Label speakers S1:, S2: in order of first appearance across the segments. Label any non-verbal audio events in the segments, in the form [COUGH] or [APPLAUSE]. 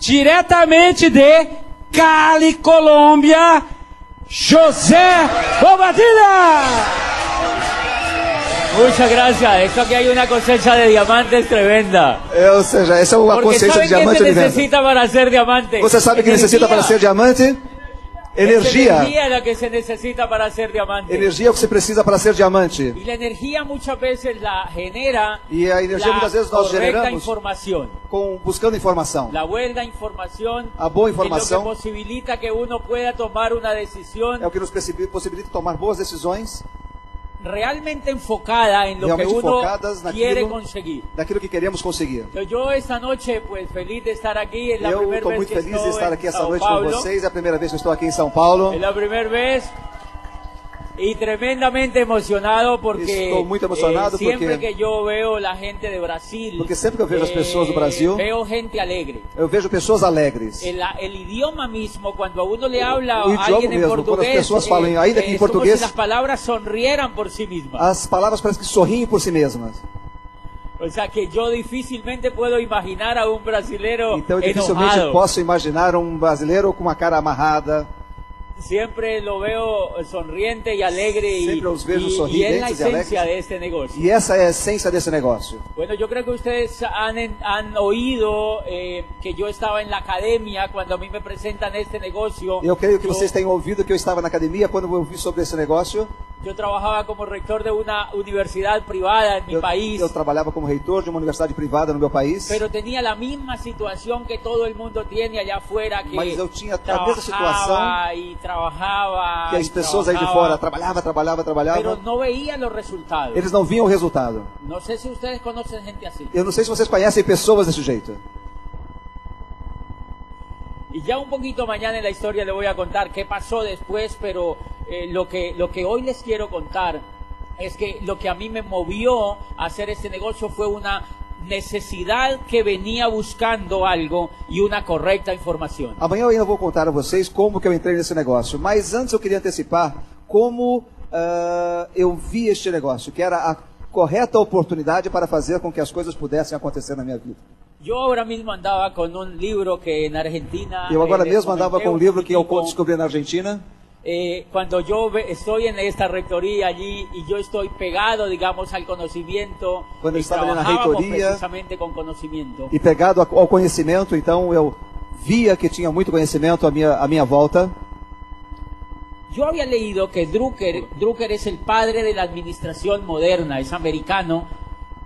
S1: diretamente de Cali, Colômbia, José Bobadilla.
S2: Muchas gracias. Esto que hay una cosecha de diamantes tremenda.
S3: É, ou seja, essa é uma
S2: Porque
S3: consciência
S2: ¿saben
S3: de
S2: qué
S3: diamante,
S2: se
S3: Oliveira.
S2: necesita para ser diamante?
S3: Você sabe que necessita para ser diamante?
S2: Es
S3: Energia.
S2: energía la que se necesita para ser diamante.
S3: Energia é o que você precisa para ser diamante.
S2: Y la energía muchas veces la genera
S3: Y la energía
S2: la
S3: muchas veces nos
S2: correcta
S3: generamos.
S2: información.
S3: Com, buscando informação.
S2: La buena información
S3: La Ah, buena
S2: es lo que
S3: información.
S2: posibilita que uno pueda tomar una decisión
S3: É o que nos possibi- possibilita tomar boas decisões
S2: realmente enfocada en lo que
S3: Realmente
S2: uno
S3: enfocadas naquilo.
S2: quiere conseguir.
S3: daquilo que queremos conseguir.
S2: Entonces, Yo esta noche, pues feliz de estar aquí, es la
S3: Eu
S2: primera
S3: estou
S2: vez
S3: muito
S2: que
S3: feliz de
S2: estoy
S3: estar
S2: en
S3: aqui essa
S2: Sao
S3: noite com
S2: Paulo.
S3: vocês. É a primeira vez que eu estou aqui em São Paulo.
S2: Es la primera vez y tremendamente emocionado porque eh,
S3: Estou muito emocionado
S2: siempre que
S3: porque-
S2: yo veo la gente de Brasil, eh,
S3: Porque sempre que eu vejo as pessoas do Brasil-
S2: veo gente alegre.
S3: Eu vejo pessoas alegres.
S2: El, el idioma mismo, cuando a uno le habla a
S3: O
S2: alguien
S3: idioma mesmo,
S2: en
S3: quando as
S2: portugués,
S3: pessoas falam,
S2: eh,
S3: ainda que
S2: eh,
S3: em
S2: es como
S3: português-
S2: si las palabras sonrieran por sí mismas.
S3: As palavras parecem que sorriem por si mesmas.
S2: O sea que yo difícilmente puedo imaginar a un brasilero
S3: Então eu dificilmente
S2: enojado.
S3: posso imaginar um brasileiro com uma cara amarrada.
S2: Siempre lo veo sonriente y alegre y,
S3: Siempre los veo
S2: y- y es la
S3: sonrientes y alegres.
S2: esencia de este negocio.
S3: E essa é a essência desse negócio.
S2: Bueno, yo creo que ustedes han, en- han oído eh, que yo estaba en la academia cuando a mí me presentan este negocio.
S3: Eu creio que
S2: Yo-
S3: vocês tenham ouvido que eu estava na academia quando eu ouvi sobre esse negócio.
S2: Yo trabajaba como rector de una universidad privada en mi
S3: Eu,
S2: país,
S3: eu trabalhava como reitor de uma universidade privada no meu país.
S2: pero tenía la misma situación que todo el mundo tiene allá afuera, que
S3: Mas eu tinha a mesma
S2: trabajaba
S3: situação
S2: y trabajaba
S3: Que
S2: y
S3: as pessoas aí de
S2: trabajaba,
S3: fora trabalhava, trabalhava,
S2: pero
S3: trabalhava.
S2: no veía los resultados.
S3: Eles não viam o resultado.
S2: No sé si ustedes conocen gente así.
S3: Eu não sei se vocês conhecem pessoas desse jeito.
S2: Y ya un poquito mañana en la historia le voy a contar qué pasó después, pero eh, lo, que, lo que hoy les quiero contar es que lo que a mí me movió a hacer este negocio fue una necesidad que venía buscando algo y una correcta información.
S3: Amanhã eu ainda vou contar a vocês como que eu entrei nesse negócio. Mas antes eu queria antecipar como ah, eu vi este negócio, que era a correta oportunidade para fazer com que as coisas pudessem acontecer na minha vida.
S2: Yo ahora mismo andaba con un libro que en Argentina...
S3: Eu agora
S2: eh, les
S3: mesmo andava
S2: comenté
S3: com um
S2: un
S3: livro que eu
S2: poquitico.
S3: descobri na Argentina.
S2: Eh, cuando yo ve- estoy en esta rectoría allí y yo estoy pegado, digamos, al conocimiento,
S3: Cuando
S2: y
S3: estaba en la
S2: trabajábamos
S3: rectoría-
S2: precisamente con conocimiento.
S3: E pegado a- ao conhecimento, então eu via que tinha muito conhecimento à minha, à minha volta.
S2: Yo había leído que Drucker, Drucker es el padre de la administración moderna, es americano,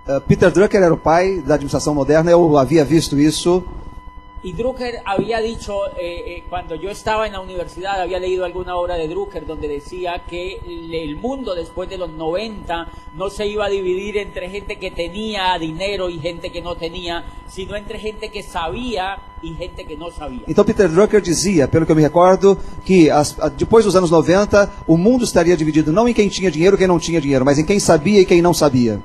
S3: Ah, Peter Drucker era o pai da administração moderna, eu havia visto isso.
S2: y Drucker había dicho, eh, eh, cuando yo estaba en la universidad, había leído alguna obra de Drucker donde decía que el el mundo después de los 90 no se iba a dividir entre gente que tenía dinero y gente que no tenía, sino entre gente que sabía y gente que no sabía.
S3: Então Peter Drucker dizia, pelo que eu me recordo, que as- a- depois dos anos 90, o mundo estaria dividido não em quem tinha dinheiro e quem não tinha dinheiro, mas em quem sabia e quem não sabia.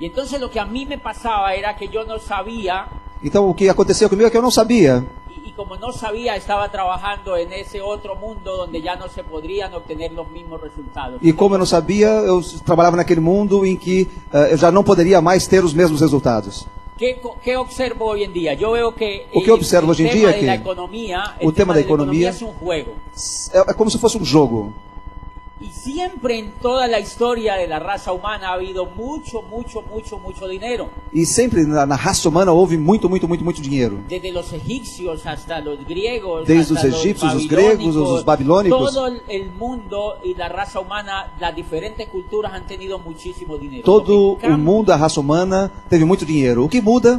S2: Y entonces lo que a mí me pasaba era que yo no sabía
S3: Então o que aconteceu comigo é que eu não sabia.
S2: Y, y como no sabía, estaba trabajando en ese otro mundo donde ya no se podrían obtener los mismos resultados.
S3: E como eu não sabia, eu s- trabalhava naquele mundo em que eh, eu já não poderia mais ter os mesmos resultados.
S2: ¿Qué, co- qué observo hoy en día? Yo veo que
S3: ¿O qué observo hoy en
S2: el
S3: día
S2: tema de
S3: que-
S2: la economía, el
S3: un tema de economía-
S2: es un juego.
S3: S- É, é como se fosse um jogo.
S2: Y siempre en toda la historia de la raza humana ha habido mucho, mucho, mucho, mucho dinero.
S3: E sempre na, na raça humana houve muito, muito, muito, muito dinheiro.
S2: Desde los egipcios hasta los griegos,
S3: Desde
S2: hasta
S3: los egipcios, los
S2: babilónicos,
S3: griegos, los babilónicos.
S2: Todo el- el mundo y la raza humana, las diferentes culturas han tenido muchísimo dinero. Lo
S3: Todo
S2: que
S3: o
S2: cambia-
S3: mundo, a raça humana, teve muito dinheiro. O que muda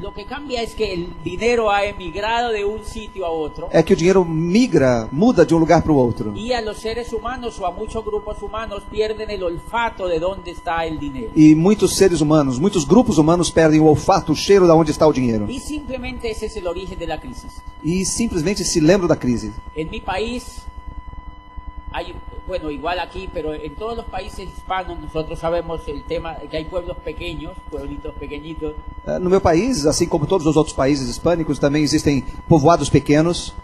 S2: Lo que cambia es que el dinero ha emigrado de un sitio a otro
S3: é que o dinheiro migra, muda de um lugar para o outro.
S2: y a los seres humanos o a muchos grupos humanos pierden el olfato de dónde está el dinero.
S3: E muitos seres humanos, muitos grupos humanos perdem o olfato, o cheiro da onde está o dinheiro.
S2: Y simplemente ese es el origen de la crisis.
S3: E simplesmente se lembram da crise.
S2: En mi país, hay, bueno, igual aquí, pero en todos los países hispanos nosotros sabemos el tema que hay pueblos pequeños, pueblitos pequeñitos,
S3: Eh, No meu país, assim como todos os outros países hispânicos, também existem povoados pequenos.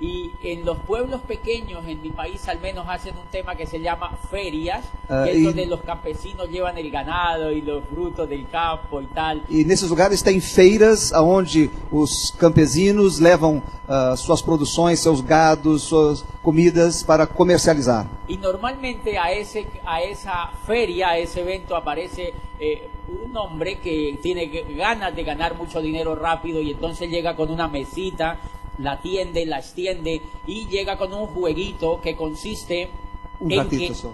S2: y en los pueblos pequeños, en mi país al menos, hacen un tema que se llama ferias,
S3: Ah,
S2: que es
S3: y-
S2: donde los campesinos llevan el ganado y los frutos del campo y tal.
S3: E nesses lugares tem feiras onde os campesinos levam ah, suas produções, seus gados, suas comidas para comercializar.
S2: Y normalmente a, ese, a esa feria, a esse evento, aparece eh, un hombre que tiene g- ganas de ganar mucho dinero rápido y entonces llega con una mesita, la tiende, la extiende y llega con un jueguito que consiste
S3: Um
S2: en
S3: ratito
S2: que...
S3: só.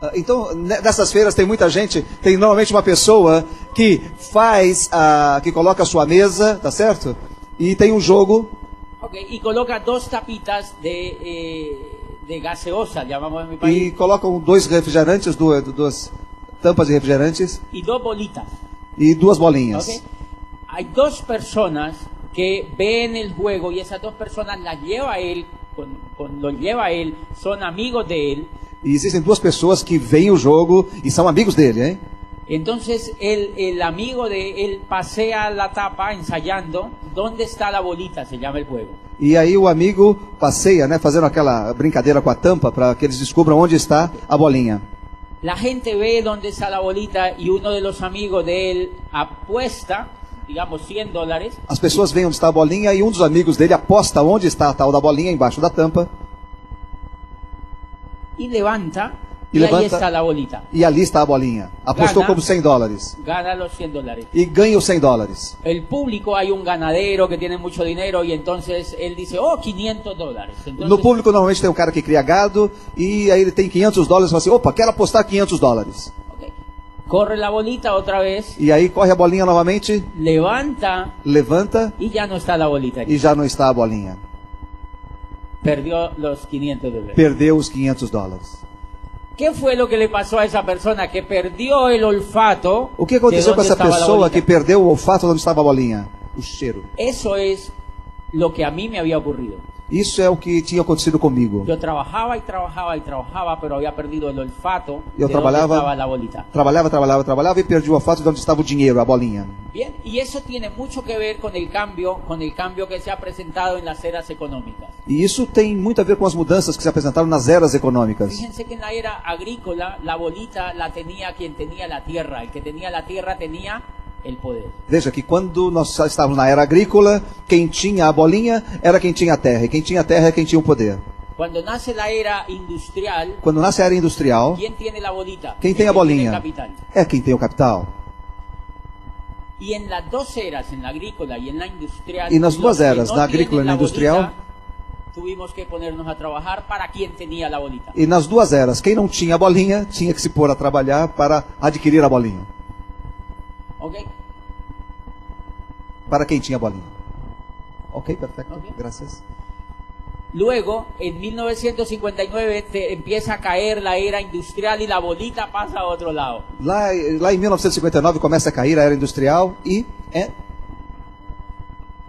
S3: Ah, Então, ne- nessas feiras tem muita gente, tem normalmente uma pessoa que faz, a, que coloca a sua mesa, tá certo? E tem um jogo,
S2: Ok, y coloca dos tapitas de, eh, de gaseosa, llamamos en mi
S3: e
S2: país,
S3: colocam dois refrigerantes, duas, duas tampas de refrigerantes
S2: y, dos bolitas.
S3: e duas bolinhas.
S2: ok. Hay dos personas que ven el juego y esas dos personas las lleva él, con, con- lo lleva él, son amigos de él.
S3: E existem duas pessoas que veem o jogo e são amigos dele, hein?
S2: Entonces el, el amigo de él pasea la tapa ensayando dónde está la bolita, se llama el juego.
S3: E aí o amigo passeia, né, fazendo aquela brincadeira com a tampa para que eles descubram onde está a bolinha.
S2: La gente ve dónde está la bolita y uno de los amigos de él apuesta, digamos 100 dólares,
S3: As pessoas veem onde está a bolinha e um dos amigos dele aposta onde está a tal da bolinha embaixo da tampa
S2: y levanta
S3: Y
S2: y, ahí
S3: levanta.
S2: está la bolita.
S3: e ali está a bolinha. Apostou
S2: Gana.
S3: como 100 dólares
S2: Gana los 100 dólares.
S3: e ganha os 100 dólares.
S2: El público hay un ganadero que tiene mucho dinero y entonces él dice, oh, 500 dólares. Entonces,
S3: No público normalmente tem um cara que cria gado e aí ele tem 500 dólares e fala assim, opa, quero apostar 500 dólares.
S2: ok. corre la bolita otra vez,
S3: E aí corre a bolinha novamente,
S2: levanta
S3: levanta
S2: y ya no está la bolita.
S3: e já não está a bolinha.
S2: Perdió los 500 dólares.
S3: Perdeu os 500 dólares.
S2: ¿Qué fue lo que le pasó a esa persona que perdió el olfato?
S3: O que aconteceu
S2: de
S3: com
S2: dónde
S3: essa
S2: estaba la
S3: pessoa
S2: bolita?
S3: que perdeu o olfato onde estava a bolinha? O cheiro.
S2: Eso es lo que a mí me había ocurrido.
S3: Isso é o que tinha acontecido comigo.
S2: Yo trabajaba y trabajaba y trabajaba, pero había perdido el olfato
S3: Yo
S2: de dónde
S3: trabajaba-
S2: estaba la bolita.
S3: Trabalhava, trabalhava, trabalhava e perdi o olfato de onde estava o dinheiro, a bolinha.
S2: Bien, y eso tiene mucho que ver con el cambio, con el cambio que se ha presentado en las eras económicas.
S3: E isso tem muito a ver com as mudanças que se apresentaram nas eras econômicas.
S2: Fíjense que en la era agrícola la bolita la tenía quien tenía la tierra, el que tenía la tierra tenía el poder.
S3: Veja que quando nós estávamos na era agrícola, quem tinha a bolinha era quem tinha a terra, e quem tinha a terra é quem tinha o poder.
S2: Cuando nace la era industrial,
S3: Quando nasce a era industrial,
S2: ¿quién tiene la bolita?
S3: quem
S2: El
S3: tem
S2: que tiene
S3: a
S2: el
S3: bolinha
S2: capital.
S3: é quem tem o capital.
S2: Y en las dos eras, en la agrícola y en la industrial.
S3: Y en las
S2: los
S3: dos
S2: que
S3: eras, la agrícola y
S2: tienen
S3: la industrial.
S2: bolita, tuvimos que ponernos a trabajar para quien tenía la bolita.
S3: E nas duas eras, quem não tinha a bolinha tinha que se pôr a trabalhar para adquirir a bolinha.
S2: ¿Ok?
S3: para quem tinha bolinha. Ok, perfeito.
S2: Ok.
S3: Graças.
S2: Luego, en 1959, te- empieza a caer la era industrial y la bolita pasa a otro lado.
S3: Lá, lá em 1959 começa a cair a era industrial e é,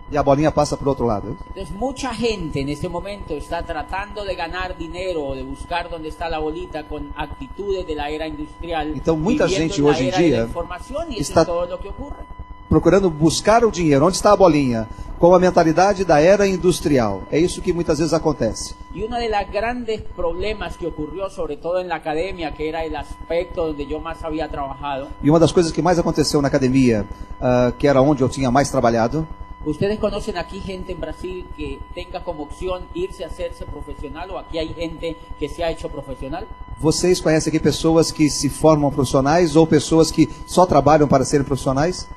S3: e a bolinha passa para o outro lado.
S2: Entonces, mucha gente en este momento está tratando de ganar dinero o de buscar dónde está la bolita con actitudes de la era industrial.
S3: Então, muita
S2: viviendo
S3: gente
S2: en la
S3: hoje em
S2: era de la
S3: dia
S2: información y eso
S3: está-
S2: es todo lo que ocurre.
S3: Procurando buscar o dinheiro. Onde está a bolinha? Com a mentalidade da era industrial. É isso que muitas vezes acontece.
S2: Y uno de los grandes problemas que ocurrió, sobre todo en la academia, que era el aspecto donde yo más había trabajado,
S3: E uma das coisas que mais aconteceu na academia, ah, que era onde eu tinha mais trabalhado,
S2: ustedes conocen aquí gente en Brasil que tenga como opción irse a hacerse profesional o aquí hay gente que se ha hecho profesional.
S3: vocês conhecem aqui pessoas que se formam profissionais ou pessoas que só trabalham para serem profissionais?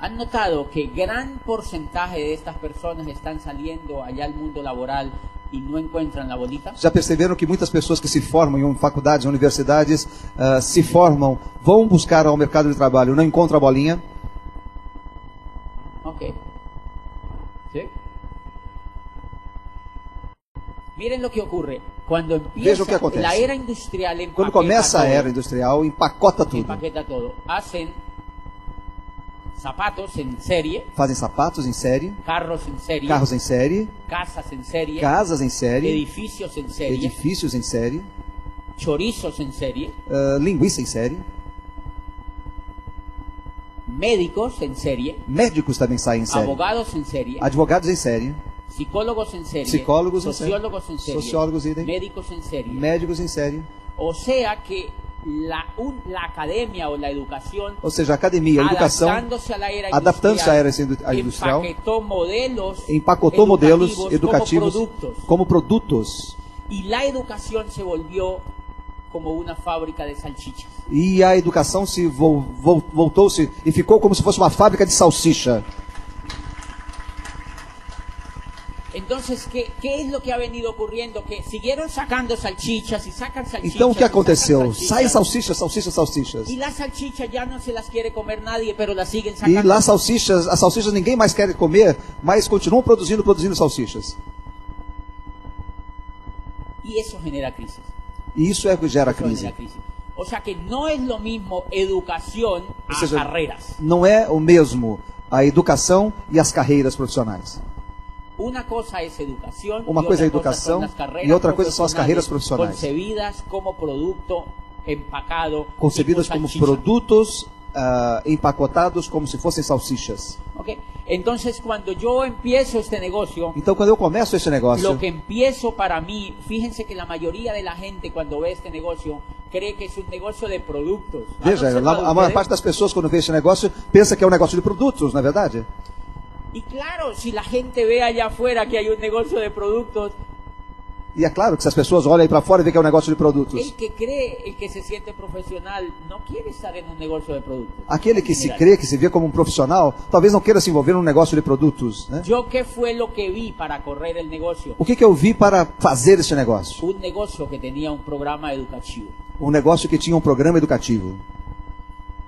S2: Han notado que gran porcentaje de estas personas están saliendo allá al mundo laboral y no encuentran la bolita.
S3: Já perceberam que muitas pessoas que se formam em um faculdades, universidades, ah, se formam, vão buscar ao mercado de trabalho, não encontram a bolinha?
S2: Ok. ¿Sí? Miren lo que ocurre. Cuando
S3: Veja o que
S2: empieza
S3: acontece.
S2: la era industrial en
S3: Quando começa a
S2: né?
S3: era industrial, empacota tudo.
S2: empaqueta todo. Hacen zapatos en serie,
S3: Fazem sapatos em série,
S2: carros en serie,
S3: carros em série,
S2: casas en serie,
S3: casas em série, né?
S2: edificios en serie,
S3: edifícios em série,
S2: chorizos en serie,
S3: ah, linguiça em série,
S2: médicos en serie,
S3: médicos também saem em série,
S2: abogados en serie,
S3: advogados em série,
S2: psicólogos en serie,
S3: Psicólogos en serie,
S2: sociólogos en serie,
S3: sociólogos idem,
S2: médicos en serie.
S3: médicos em série.
S2: o sea que la, un- la academia o la educación
S3: Ou seja, a academia, a educação
S2: adaptándose a la era
S3: adaptando-se à era industrial,
S2: empaquetó modelos
S3: empacotou modelos educativos
S2: como productos
S3: como produtos.
S2: y la educación se volvió como una fábrica de salchichas
S3: E a educação se vol- vol- voltou-se e ficou como se fosse uma fábrica de salsicha.
S2: entonces qué, qué es lo que ha venido ocurriendo que siguieron sacando salchichas y sacan salchichas
S3: Então o que
S2: y sacan
S3: aconteceu?
S2: salchichas.
S3: Sai salsicha, salsicha, salsichas.
S2: y las salchichas ya no se las quiere comer nadie pero las siguen
S3: E
S2: sacando
S3: lá salsichas, as salsichas ninguém mais quer comer, mas continuam produzindo, produzindo salsichas.
S2: y eso genera crisis
S3: E isso é o que gera a
S2: Eso genera
S3: crise.
S2: crisis. o sea que no es lo mismo educación a
S3: Ese es el-
S2: carreras
S3: Não é o mesmo a educação e as carreiras profissionais.
S2: Una cosa es educación,
S3: Uma
S2: y
S3: coisa é
S2: otra cosa son
S3: educação
S2: las carreras
S3: e outra coisa são as carreiras
S2: profissionais,
S3: profissionais.
S2: concebidas como producto empacado,
S3: Concebidas
S2: tipo
S3: como
S2: salchicha.
S3: produtos ah, empacotados como se fossem salsichas.
S2: Ok. Entonces, cuando yo empiezo este negocio,
S3: Então quando eu começo esse negócio,
S2: lo que empiezo para mí, fíjense que la mayoría de la gente cuando ve este negocio cree que es un negocio de productos. ¿Han
S3: veja,
S2: observado
S3: lá- a maior
S2: ustedes?
S3: parte das pessoas quando vê esse negócio pensa que é um negócio de produtos, na verdade.
S2: Y claro, si la gente ve allá afuera que hay un negocio de productos,
S3: E é claro que se as pessoas olham aí para fora e vê que é um negócio de produtos.
S2: el que cree, el que se siente profesional, no quiere estar en un negocio de productos.
S3: Aquele que
S2: En
S3: se
S2: general.
S3: crê, que se vê como um profissional, talvez não queira se envolver num negócio de produtos. Né?
S2: Yo qué fue lo que vi para correr el negocio?
S3: O que, que eu vi para fazer este negócio?
S2: Un negocio que tenía un programa educativo.
S3: Um negócio que tinha um programa educativo.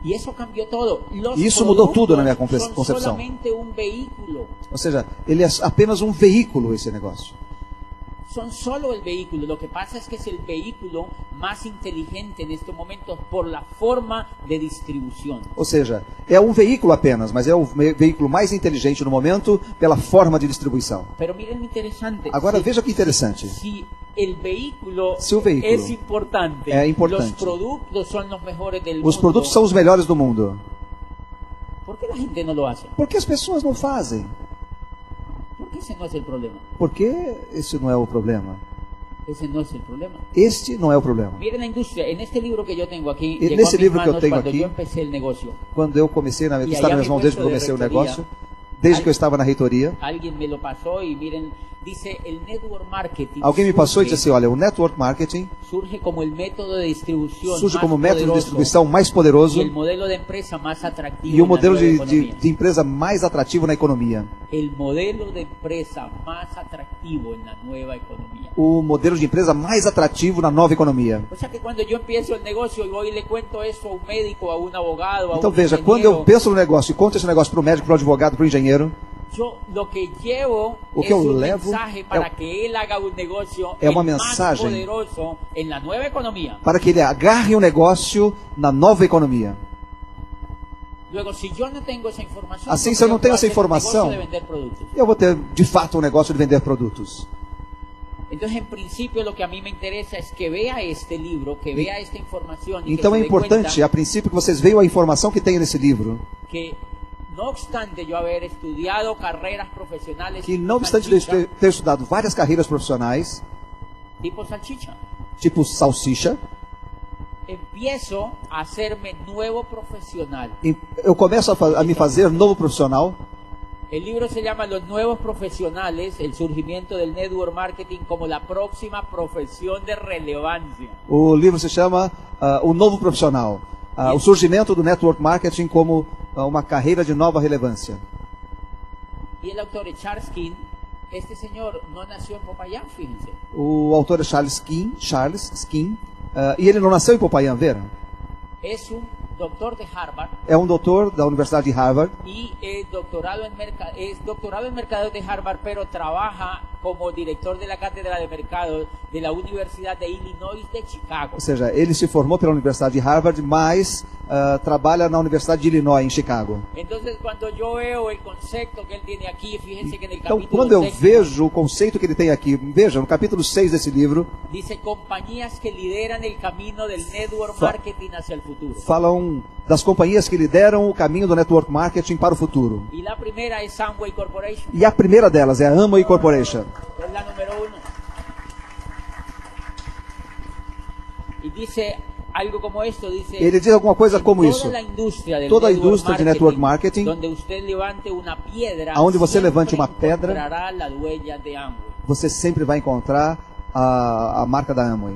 S2: Y eso cambió todo. Los
S3: Y eso mudó
S2: productos
S3: todo en la conce-
S2: son
S3: concepción.
S2: solamente un vehículo.
S3: Ou seja, ele é apenas um veículo, esse negócio.
S2: Son solo el vehículo. Lo que pasa es que es el vehículo más inteligente en estos momentos por la forma de distribución.
S3: Ou seja, é um veículo apenas, mas é o ve- veículo mais inteligente no momento pela forma de distribuição.
S2: Pero miren lo interesante.
S3: Agora
S2: Si-
S3: veja que interessante.
S2: Si el vehículo
S3: Si un vehículo
S2: es importante,
S3: es importante.
S2: los productos son los mejores del
S3: Os
S2: mundo,
S3: produtos são os melhores do mundo.
S2: ¿por qué la gente no lo hace?
S3: Por que as pessoas não fazem?
S2: Porque ese no es el problema.
S3: Porque esse não é o problema.
S2: Ese no es el problema.
S3: Este não é o problema.
S2: Miren la industria, en este libro que yo tengo aquí,
S3: En
S2: llegó a
S3: ese
S2: mis
S3: libro que yo
S2: manos
S3: tengo
S2: cuando
S3: aquí.
S2: yo empecé el negocio.
S3: Quando eu comecei, na
S2: E aí
S3: estava
S2: a
S3: nas mãos desde que eu comecei
S2: reitoria-
S3: o negócio, desde que eu estava na reitoria,
S2: Alguien me lo pasó y miren, dice el network marketing.
S3: alguém me passou e
S2: surge-
S3: disse assim, olha, o network marketing
S2: Surge como el método de distribución
S3: surge
S2: más
S3: como método de
S2: poderoso
S3: distribuição
S2: y
S3: mais
S2: el
S3: poderoso
S2: modelo de empresa más atractivo.
S3: e o
S2: en la
S3: modelo
S2: nueva
S3: de, de-
S2: economía.
S3: de empresa mais atrativo na economia.
S2: El modelo de empresa más atrativo en la nueva economía.
S3: O modelo de empresa mais atrativo na nova economia.
S2: O sea que cuando yo empiezo el negocio y voy y le cuento eso a un médico, a un abogado, a
S3: Então
S2: un
S3: veja, quando
S2: ingeniero,
S3: eu penso no negócio e conto esse negócio para o médico, para o advogado, para o engenheiro,
S2: Yo lo que llevo
S3: O que
S2: es
S3: eu
S2: un
S3: levo
S2: mensaje
S3: é-
S2: para que él haga un negocio
S3: é uma
S2: el más
S3: mensagem.
S2: poderoso en la nueva economía.
S3: para que ele agarre o negócio na nova economia.
S2: Luego, si yo no tengo esa información,
S3: Assim,
S2: yo
S3: se eu não
S2: creo que voy a
S3: tenho
S2: hacer
S3: essa
S2: un negocio
S3: informação-
S2: de vender productos.
S3: Eu vou ter, de fato, um negócio de vender produtos.
S2: Entonces, en principio, lo que a mí me interesa es que vea este libro, que vea esta información. Y
S3: Então
S2: que se
S3: é
S2: dé
S3: importante, a
S2: cuenta
S3: princípio, que vocês vejam a informação que tem nesse livro.
S2: que no obstante yo haber estudiado carreras profesionales,
S3: Que
S2: tipo
S3: não obstante de eu
S2: salchicha-
S3: ter, ter estudado várias carreiras profissionais,
S2: tipo salchicha,
S3: tipo salsicha,
S2: empiezo a hacerme nuevo profesional.
S3: e eu começo a, fa- a me fazer novo profissional.
S2: El libro se llama Los nuevos profesionales, el surgimiento del network marketing como la próxima profesión de relevancia.
S3: O livro se chama ah, O Novo Profissional. Ah, o surgimento do network marketing como ah, uma carreira de nova relevância.
S2: Y el autor es Charles King. Este señor no nació en Popayán, fíjense.
S3: O autor é Charles Skin, Charles Skin, ah, e ele não nasceu em Popayán, Vera.
S2: Es un doctor de Harvard
S3: É um doutor da Universidade de Harvard.
S2: y es doctorado en merca- es doctorado en mercadeo de Harvard, pero trabaja como director de la Cátedra de Mercado de la Universidad de Illinois de Chicago.
S3: Ou seja, ele se formou pela Universidade de Harvard, mas ah, trabalha na Universidade de Illinois, em Chicago.
S2: Entonces, cuando yo veo el concepto que él tiene aquí, fíjense que en el
S3: Então,
S2: capítulo
S3: quando eu
S2: sexto
S3: vejo o conceito que ele tem aqui, veja, no capítulo 6 desse livro,
S2: dice compañías que lideran el camino del network
S3: Fa-
S2: marketing hacia el futuro.
S3: falam das companhias que lideram o caminho do network marketing para o futuro.
S2: Y la primera es Amway Corporation,
S3: E a primeira delas é a Amway Corporation.
S2: que es la número uno. Y dice algo como esto, dice...
S3: Ele diz alguma coisa
S2: en
S3: como
S2: toda
S3: isso.
S2: la industria del
S3: Toda a
S2: network
S3: indústria de network marketing,
S2: donde usted levante una piedra,
S3: aonde você
S2: siempre
S3: levante uma pedra,
S2: encontrará la huella de Amway.
S3: Você sempre vai encontrar a, a marca da Amway.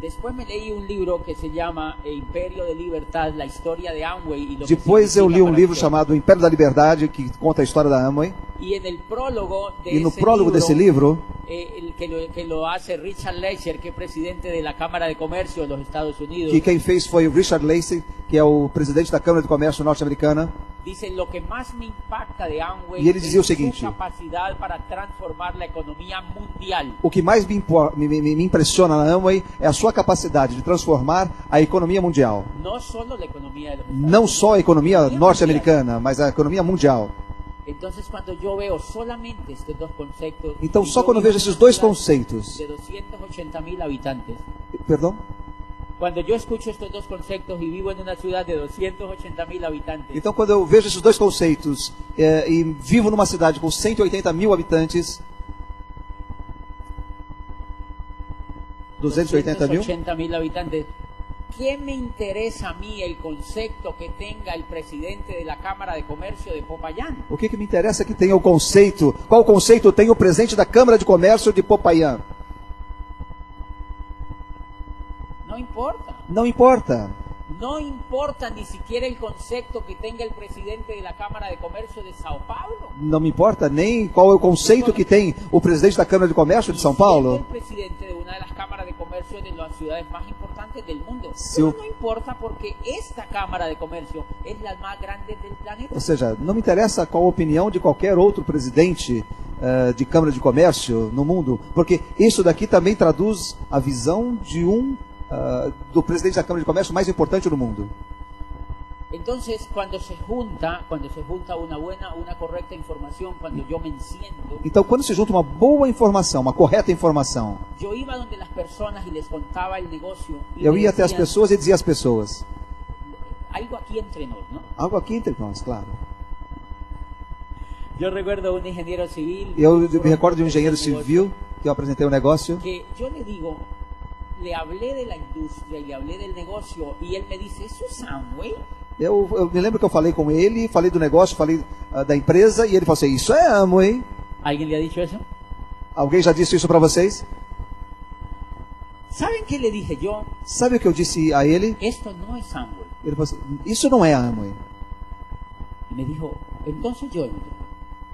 S2: Después me leí un libro que se llama El Imperio de Libertad, la historia de Amway. Y lo que
S3: Depois eu
S2: significa
S3: li um
S2: para
S3: livro
S2: usted.
S3: chamado Império da Liberdade, que conta a história da Amway.
S2: Y en el prólogo de
S3: E no
S2: ese
S3: prólogo
S2: libro,
S3: desse livro,
S2: eh, el que, lo, que lo hace Richard Lesher, que es presidente de la Cámara de Comercio de los Estados Unidos,
S3: que quem fez foi o Richard Lacey, que é o presidente da Câmara de Comércio norte-americana.
S2: dice lo que más me impacta de Amway
S3: Y él decía lo
S2: es
S3: siguiente.
S2: su capacidad para transformar la economía mundial.
S3: O que mais me, impor- me- me- me impressiona na Amway é a sua capacidade de transformar a economia mundial.
S2: No solo la economía de los Estados
S3: Não só a economia
S2: Economia
S3: norte-americana, mas a economia mundial.
S2: Entonces cuando yo veo solamente estos dos conceptos...
S3: Então,
S2: y
S3: só
S2: yo
S3: quando eu
S2: vivo
S3: vejo
S2: en
S3: esses
S2: una
S3: dois
S2: ciudad
S3: conceitos.
S2: De 280 mil habitantes.
S3: Perdão?
S2: Cuando yo escucho estos dos conceptos y vivo en una ciudad de 280 mil habitantes,
S3: Então, quando eu vejo esses dois conceitos é, e vivo numa cidade com 180 mil habitantes. 280 mil?
S2: 280 mil habitantes. ¿Qué me interesa a mí el concepto que tenga el presidente de la Cámara de Comercio de Popayán?
S3: O que, que me interessa é que tenha o conceito. Qual conceito tem o presidente da Câmara de Comércio de Popayán?
S2: No importa.
S3: Não importa.
S2: No importa ni siquiera el concepto que tenga el presidente de la Cámara de Comercio de Sao Paulo.
S3: Não me importa nem qual é o conceito que tem o presidente da Câmara de Comércio de São
S2: Y siendo
S3: Paulo.
S2: El presidente de una de las cámaras de comercio de las ciudades más importantes del mundo.
S3: Sí.
S2: Pero no importa porque esta cámara de comercio es la más grande del planeta.
S3: Ou seja, não me interessa qual a opinião de qualquer outro presidente eh, de Câmara de Comércio no mundo, porque isso daqui também traduz a visão de um ah, do presidente da Câmara de Comércio mais importante do mundo.
S2: Entonces, cuando se junta, cuando se junta una buena, una correcta información, cuando yo me enciendo,
S3: Então, quando se junta uma boa informação, uma correta informação,
S2: yo iba donde las personas y les contaba el negocio. Y
S3: eu
S2: me
S3: ia até as
S2: decían,
S3: pessoas e dizia às pessoas:
S2: Algo aquí entre nos, ¿no?
S3: algo aqui entre nós, claro.
S2: Yo recuerdo un ingeniero civil.
S3: Eu me
S2: profesor
S3: recordo de um engenheiro
S2: de negocios,
S3: civil que eu apresentei um negócio.
S2: que yo le digo, le hablé de la industria y le hablé del negocio e él me dice, eso es Amway.
S3: Eu, eu me lembro que eu falei com ele, falei do negócio, falei ah, da empresa e ele falou assim: Isso é amo, hein?
S2: ¿Alguien le ha dicho eso?
S3: Alguém já disse isso para vocês?
S2: ¿Saben qué le dije yo?
S3: Sabe o que eu disse a ele?
S2: Esto no es Amway.
S3: Ele falou assim, isso não é a Amway.
S2: Y me dijo, entonces yo entro.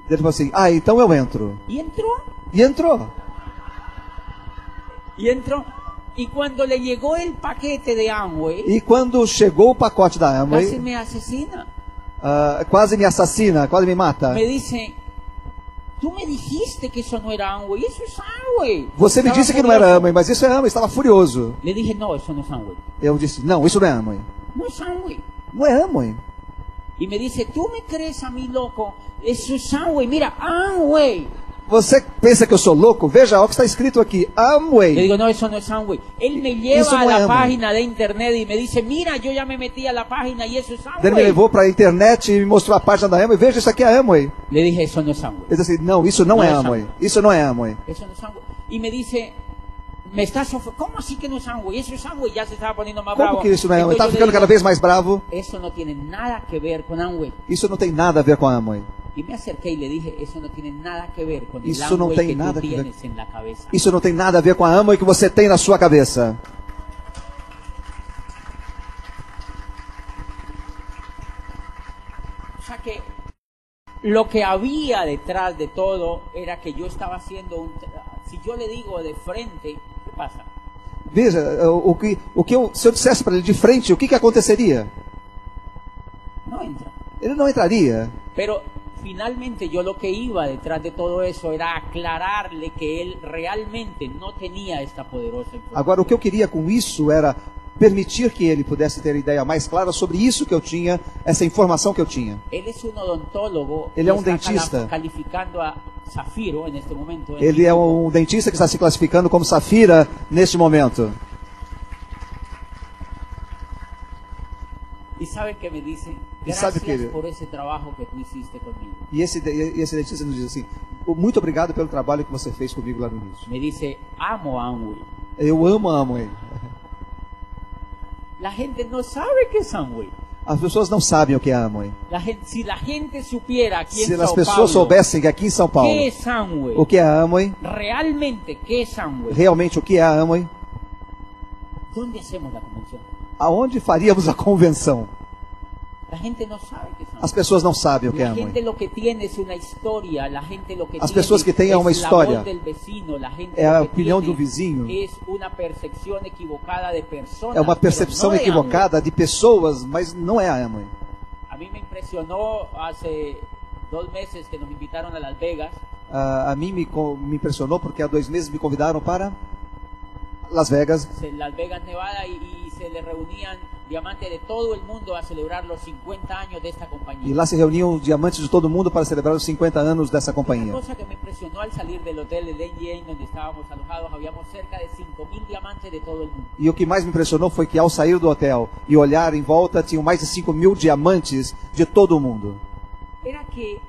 S3: Ele falou assim, ah, então eu entro.
S2: Y entró,
S3: E entrou.
S2: y entró. Y cuando le llegó el paquete de Amway,
S3: E quando chegou o pacote da
S2: casi
S3: Amway,
S2: me asesina.
S3: ah, quase me assassina, quase me mata.
S2: Me dice, tú me dijiste que eso no era Amway, eso es Amway.
S3: Você me
S2: Estaba
S3: disse que não era
S2: furioso.
S3: Amway, mas isso é Amway, estava furioso.
S2: Le dije, no, eso no es Amway.
S3: Eu disse, não, isso não é Amway.
S2: No es Amway.
S3: Não é Amway.
S2: Y me dice, tú me crees a mí loco, eso es Amway, mira, Amway.
S3: Você pensa que eu sou louco? Veja ó, o que está escrito aqui,
S2: Le
S3: Amway.
S2: digo, no, eso no es Amway. Él me
S3: Eso
S2: lleva
S3: no
S2: a
S3: es
S2: la
S3: Amway.
S2: página de internet y me dice, mira, yo ya me metí a la página y eso es
S3: Ele me
S2: Amway.
S3: levou para a internet e me mostrou a página da Amway. Veja, isso aqui é Amway.
S2: Le dije, eso no es Amway.
S3: Ele disse assim, não, isso não,
S2: Não
S3: é
S2: é
S3: Amway. Isso não é Amway.
S2: Eso no es Amway. Y me dice, me estás ofendiendo. ¿Cómo así que no es Amway? Eso es Amway. Ya se estaba poniendo más bravo.
S3: Como que isso não é Amway?
S2: Entonces yo
S3: Estava ficando
S2: le digo,
S3: cada vez mais bravo.
S2: Eso no tiene nada que ver con Amway.
S3: Isso não tem nada a ver com a Amway.
S2: Y me acerqué y le dije, eso no tiene nada que ver con el
S3: Eso no
S2: Amway que
S3: tiene
S2: tú
S3: nada que ver.
S2: tienes en la cabeza.
S3: Isso não tem nada a ver com a Amway que você tem na sua cabeça.
S2: O sea que lo que había detrás de todo era que yo estaba haciendo un... tra- Si yo le digo de frente, ¿qué pasa?
S3: Veja, eh, o que, o que eu, se eu dissesse para ele de frente, o que, que aconteceria?
S2: No entra.
S3: Ele não entraria.
S2: Pero Finalmente yo lo que iba detrás de todo eso era aclararle que él realmente no tenía esta poderosa información.
S3: Agora, o que eu queria com isso era permitir que ele pudesse ter ideia mais clara sobre isso que eu tinha, essa informação que eu tinha.
S2: Él es un odontólogo.
S3: Él
S2: y
S3: es un
S2: está
S3: dentista.
S2: cala- Calificando a Zafiro en este momento.
S3: Ele é um dentista que está se classificando como Safira neste momento.
S2: Y sabe que me dice,
S3: Y sabe
S2: gracias
S3: que-
S2: por ese trabajo que tú hiciste conmigo.
S3: E esse, de- e esse dentista nos diz assim: Muito obrigado pelo trabalho que você fez comigo lá no início.
S2: Me dice, amo a Amway.
S3: Eu amo a Amway.
S2: La gente no sabe qué es Amway.
S3: As pessoas não sabem o que é a Amway.
S2: La gente, si la gente supiera aquí en
S3: Se as
S2: Sao
S3: pessoas
S2: Paulo,
S3: soubessem que aqui em São Paulo
S2: qué es Amway,
S3: o que é a Amway,
S2: realmente qué es Amway,
S3: realmente o que é a Amway,
S2: ¿dónde hacemos la convención?
S3: aonde faríamos a convenção?
S2: La gente no sabe qué es Amway.
S3: As pessoas não sabem o que é a
S2: La gente
S3: Amway.
S2: lo que tiene es una historia, la gente lo que
S3: Las
S2: tiene
S3: personas que tengan
S2: es
S3: una
S2: la
S3: historia.
S2: voz del vecino, la gente
S3: Es
S2: lo
S3: la
S2: que
S3: opinión
S2: tiene
S3: do vizinho.
S2: Es una percepción equivocada de personas.
S3: É uma
S2: pero
S3: percepção
S2: no de
S3: equivocada de pessoas, mas não é a Amway.
S2: ambos. A mí me impresionó hace dos meses que nos invitaron a Las Vegas
S3: Ah, a mim me, co- me impressionou porque há dois meses me convidaram para Las Vegas,
S2: se- Las Vegas, Nevada, y, y se le reunían diamantes de todo el mundo a celebrar los 50 años de esta compañía.
S3: E lá se reuniam diamantes de todo mundo para celebrar os 50 anos dessa
S2: Una
S3: companhia.
S2: cosa que me impresionó al salir del hotel de Dengue, donde estábamos alojados, habíamos cerca de 5.000 diamantes de todo el mundo.
S3: E o que mais me impressionou foi que ao sair do hotel e olhar em volta, tinham mais de 5 mil diamantes de todo o mundo.
S2: era que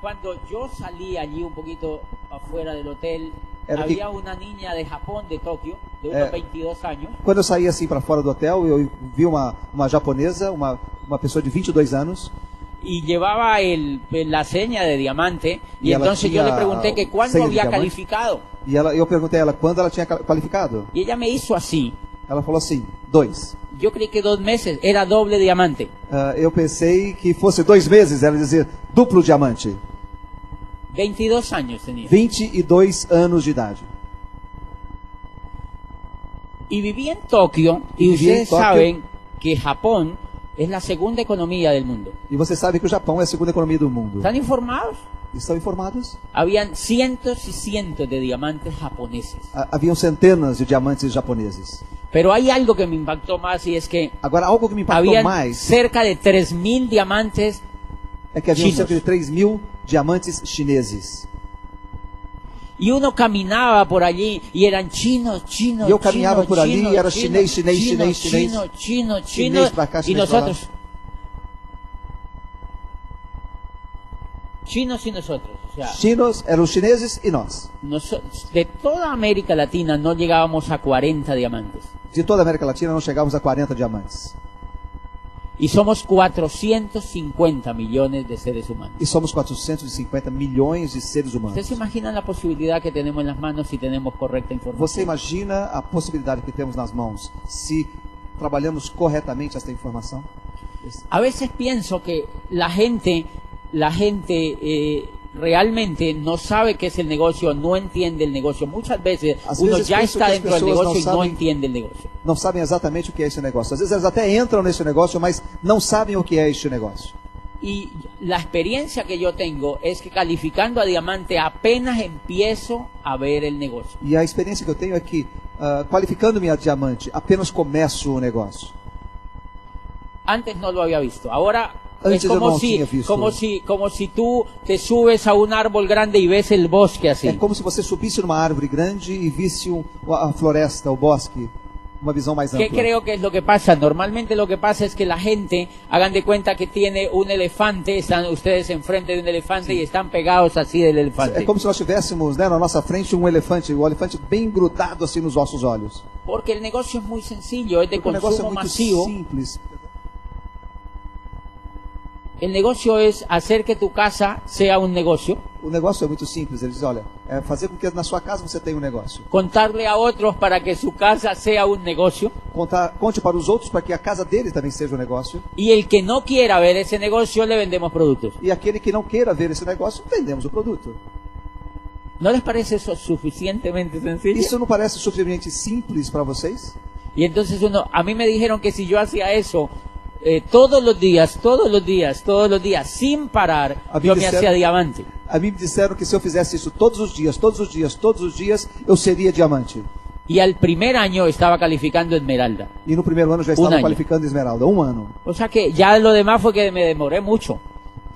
S2: cuando yo salí allí un poquito afuera del hotel,
S3: Era que-
S2: había una niña de Japón, de Tokio, de unos
S3: Eh.
S2: 22 años,
S3: Quando eu saí assim para fora do hotel, eu vi uma, uma japonesa, uma, uma pessoa de 22 anos,
S2: y llevaba el, la seña de diamante, y,
S3: Y a la
S2: entonces yo
S3: chica,
S2: le pregunté que cuándo
S3: seña de
S2: había
S3: diamante.
S2: calificado,
S3: e ela, eu perguntei a ela quando ela tinha ca- qualificado.
S2: y ella me hizo así.
S3: Ela falou assim: dois.
S2: Yo creí que dos meses era doble diamante.
S3: Ah, eu pensei que fosse dois meses, ela dizia duplo diamante.
S2: 22 años tenía.
S3: 22 anos de idade.
S2: Y vivía en Tokio,
S3: Y
S2: y,
S3: vivía en
S2: ustedes
S3: Tokio.
S2: saben que Japón es la segunda economía del mundo.
S3: E você sabe que o Japão é a segunda economia do mundo.
S2: ¿Están informados?
S3: Estão informados?
S2: Habían cientos y cientos de diamantes japoneses.
S3: Ah, Haviam centenas de diamantes japoneses.
S2: Pero hay algo que me impactó más y es que
S3: Agora, algo que me impactou
S2: había
S3: mais
S2: cerca de 3.000 diamantes
S3: é que havia
S2: chinos.
S3: cerca de 3 mil diamantes chineses.
S2: y uno caminaba por allí y eran chinos, chinos,
S3: Y yo caminaba
S2: chinos,
S3: por allí,
S2: chinos,
S3: y era
S2: chinos,
S3: chinés, chinés,
S2: chinos,
S3: chinés, chinés.
S2: chinos, chinos,
S3: Chinés
S2: chinos,
S3: para acá,
S2: y
S3: chinés para
S2: nosotros. Chinos y nosotros, o sea,
S3: Chinos eram os chineses e nós.
S2: noso- de toda América Latina no llegábamos a 40 diamantes
S3: De toda a América Latina, não chegávamos a 40 diamantes.
S2: y somos 450 millones de seres humanos.
S3: E somos 450 milhões de seres
S2: ¿Ustedes
S3: humanos.
S2: se imaginan la posibilidad que tenemos en las manos si tenemos correcta información?
S3: Você imagina a possibilidade que temos nas mãos se trabalhamos corretamente esta informação?
S2: A veces pienso que la gente, la gente eh, realmente no sabe qué es el negocio, no entiende el negocio. Muchas veces
S3: Às
S2: uno
S3: vezes
S2: ya
S3: penso
S2: está
S3: que as
S2: dentro del
S3: pessoas
S2: negocio y
S3: não
S2: no
S3: sabem-
S2: entiende el negocio.
S3: Não sabem exatamente o que é esse negócio. Às vezes eles até entram nesse negócio, mas não sabem o que é este negócio.
S2: Y la experiencia que yo tengo es que calificando a diamante apenas empiezo a ver el negocio.
S3: E a experiência que eu tenho é que, ah, qualificando-me a diamante, apenas começo o negócio.
S2: Antes no lo había visto. Ahora
S3: Antes
S2: es
S3: yo
S2: como
S3: no
S2: si,
S3: tenía visto.
S2: como si, como si tú te subes a un árbol grande y ves el bosque así.
S3: É como se você subisse numa árvore grande e visse um, a floresta, o bosque, uma visão mais ampla.
S2: ¿Qué creo que es lo que pasa? Normalmente lo que pasa es que la gente, hagan de cuenta que tiene un elefante, están ustedes enfrente de un elefante y están pegados así del elefante.
S3: É como se nós tivéssemos né, na nossa frente um elefante, o elefante bem grudado assim nos nossos olhos.
S2: Porque el negocio es muy sencillo, es de
S3: Porque o negócio é
S2: consumo
S3: muito
S2: masivo.
S3: simples.
S2: El negocio es hacer que tu casa sea un negocio,
S3: O negócio é muito simples. Ele diz, olha, é fazer com que na sua casa você tenha um negócio.
S2: contarle a otros para que su casa sea un negocio.
S3: Contar, conte para os outros para que a casa dele também seja um negócio.
S2: Y el que no quiera ver ese negocio, le vendemos productos.
S3: E aquele que não queira ver esse negócio, vendemos o produto.
S2: ¿No les parece eso suficientemente sencillo?
S3: Isso não parece suficientemente simples para vocês?
S2: Y entonces uno, a mí me dijeron que si yo hacía eso, eh, todos los días, todos los días, todos los días, sin parar,
S3: A
S2: yo
S3: Bíblia
S2: me
S3: disser-
S2: hacía diamante.
S3: A mim me disseram que se eu fizesse isso todos os dias, todos os dias, todos os dias, eu seria diamante.
S2: Y al primer año estaba calificando esmeralda.
S3: E no primeiro ano eu já
S2: Um
S3: estava
S2: ano.
S3: qualificando esmeralda. Um ano.
S2: O sea que ya lo demás fue que me demoré mucho.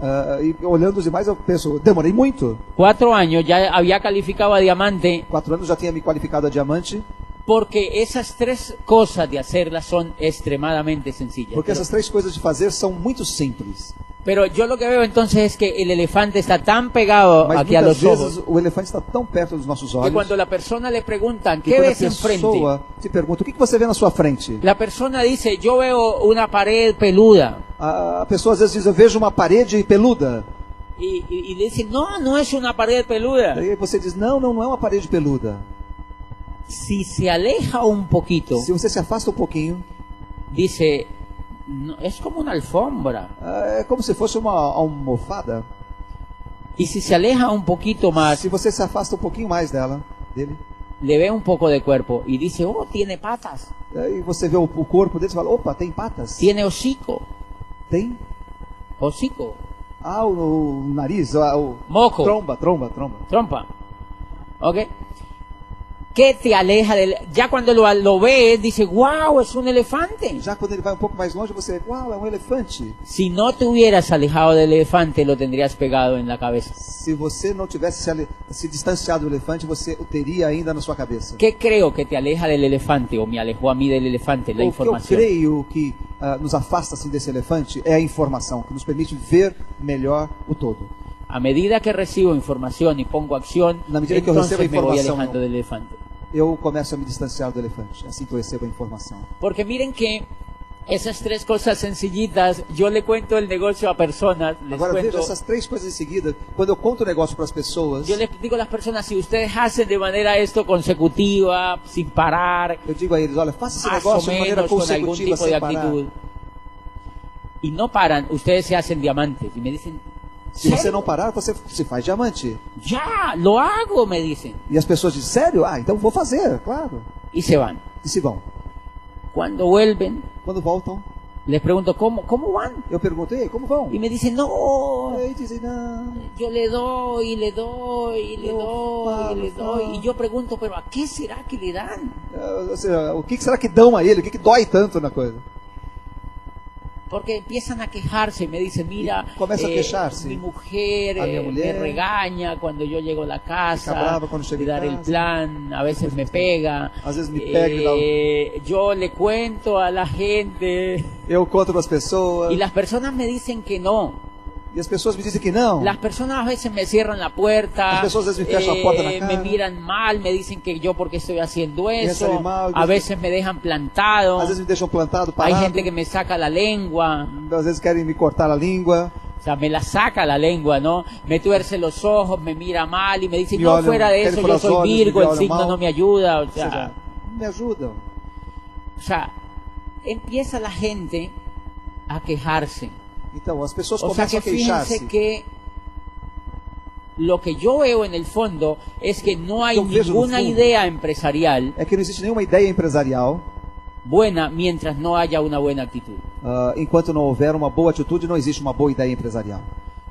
S3: Ah, e olhando os demais, eu penso, demorei muito.
S2: Cuatro años ya había calificado a diamante
S3: Quatro anos já tinha me qualificado a diamante.
S2: porque esas tres cosas de hacerlas son extremadamente sencillas.
S3: Porque
S2: Pero,
S3: essas três coisas de fazer são muito simples.
S2: pero yo lo que veo entonces es que el elefante está tan pegado
S3: Mas
S2: aquí a
S3: muitas
S2: los
S3: vezes
S2: ojos
S3: o elefante está tão perto dos nossos
S2: que
S3: olhos
S2: cuando la persona le preguntan
S3: que
S2: qué
S3: quando a
S2: ves enfrente,
S3: pessoa te pergunta, o que que você vê na sua frente?
S2: la persona dice yo veo una pared peluda.
S3: A a pessoa às vezes diz, eu vejo uma parede peluda.
S2: Y, y, y le dicen, no, no es una pared peluda.
S3: Aí você diz, não, não, não é uma parede peluda.
S2: Si se aleja un poquito,
S3: Se você se afasta um pouquinho,
S2: dice, "No, es como una alfombra.
S3: ah, é como se fosse uma almofada.
S2: Y si se aleja un poquito más,
S3: Se você se afasta um pouquinho mais dela, dele,
S2: le ve un poco de cuerpo y dice, oh, tiene patas,
S3: aí é, você vê o, o corpo dele e fala, opa, tem patas?
S2: tiene hocico,
S3: Tem?
S2: hocico,
S3: Ah, o, o nariz, ah, o...
S2: moco,
S3: Tromba, tromba, tromba.
S2: trompa. ¿Ok? ¿Qué te aleja del.? Ya cuando lo, lo ves, dice, wow, es un elefante.
S3: Já quando ele vai um pouco mais longe, você, uau, é um elefante.
S2: Si no te hubieras alejado del elefante, lo tendrías pegado en la cabeza.
S3: Se você não tivesse se, ale- se distanciado do elefante, você o teria ainda na sua cabeça.
S2: ¿Qué creo que te aleja del elefante o me alejó a mí del elefante? La
S3: o que eu
S2: información.
S3: creio que ah, nos afasta assim, desse elefante é a informação, que nos permite ver melhor o todo.
S2: A medida que recibo información y pongo acción,
S3: La medida que yo
S2: entonces
S3: recibo
S2: me voy
S3: información,
S2: alejando
S3: no.
S2: del elefante.
S3: Eu começo a me distanciar do elefante, assim que eu recebo a informação.
S2: Porque miren que esas tres cosas sencillitas, yo le cuento el negocio a personas, les
S3: Agora
S2: cuento,
S3: veja essas três coisas em seguida. Quando eu conto o negócio para as pessoas,
S2: yo les digo a las personas, si ustedes hacen de manera esto consecutiva, sin parar,
S3: eu digo a eles: olha, faça esse
S2: más o
S3: negócio de maneira
S2: menos con algún
S3: consecutiva,
S2: tipo de
S3: sem parar.
S2: actitud, y no paran, ustedes se hacen diamantes. Y me dicen,
S3: Se você
S2: "¿Serio?
S3: não parar, você se faz diamante.
S2: ya, lo hago, me dicen,
S3: E as pessoas dizem: sério? Ah, então vou fazer, claro.
S2: y se van.
S3: E se vão.
S2: Cuando vuelven,
S3: Quando voltam,
S2: les pregunto, ¿cómo, cómo van?
S3: eu pergunto: ei, como vão?
S2: Y me dicen, no,
S3: Aí dizem: não.
S2: yo le doy, y le doy, y le
S3: No,
S2: doy, y le
S3: no.
S2: doy. Y yo pregunto, ¿pero a qué será que le dan?
S3: Ah, ou seja, o que que será que dão a ele? O que, que dói tanto na coisa?
S2: Porque empiezan a quejarse, me dicen, mira, eh,
S3: comienza a quejarse.
S2: mi mujer,
S3: A mi
S2: eh,
S3: mujer.
S2: me regaña cuando yo llego a la
S3: Está
S2: casa,
S3: brava cuando llego
S2: de
S3: a
S2: dar el
S3: casa.
S2: plan, a veces me pega,
S3: A veces me pega y le da un-
S2: Eh, yo le cuento a la gente
S3: Eu conto para as pessoas
S2: y las personas me dicen que no,
S3: e as pessoas me dizem que não.
S2: Las personas a veces me cierran la puerta,
S3: Las personas a veces me cierran la puerta en la
S2: eh,
S3: cara.
S2: me miran mal, me dicen que yo porque estoy haciendo
S3: hacen
S2: eso,
S3: mal,
S2: a
S3: dicen-
S2: veces me dejan plantado,
S3: Às vezes me deixam plantado,
S2: hay
S3: parado.
S2: gente que me saca la lengua,
S3: Às vezes querem me cortar a língua.
S2: o sea, me la saca la lengua, ¿no? Me tuerce los ojos, me mira mal y me dice,
S3: Me
S2: no,
S3: olhan,
S2: fuera de
S3: querem
S2: eso,
S3: furar
S2: yo
S3: os
S2: soy
S3: olhos, me
S2: Virgo, el
S3: olham
S2: signo
S3: mal.
S2: no me ayuda, o
S3: Ou seja,
S2: sea,
S3: não me ajudam.
S2: o sea, empieza la gente a quejarse.
S3: Então, as pessoas
S2: O sea
S3: começam
S2: que
S3: a queixar-se.
S2: fíjense que lo que yo veo en el fondo es que no hay
S3: Yo veo en el
S2: ninguna
S3: fondo.
S2: idea empresarial
S3: É que não existe nenhuma ideia empresarial
S2: buena mientras no haya una buena actitud.
S3: ah, enquanto não houver uma boa atitude, não existe uma boa ideia empresarial.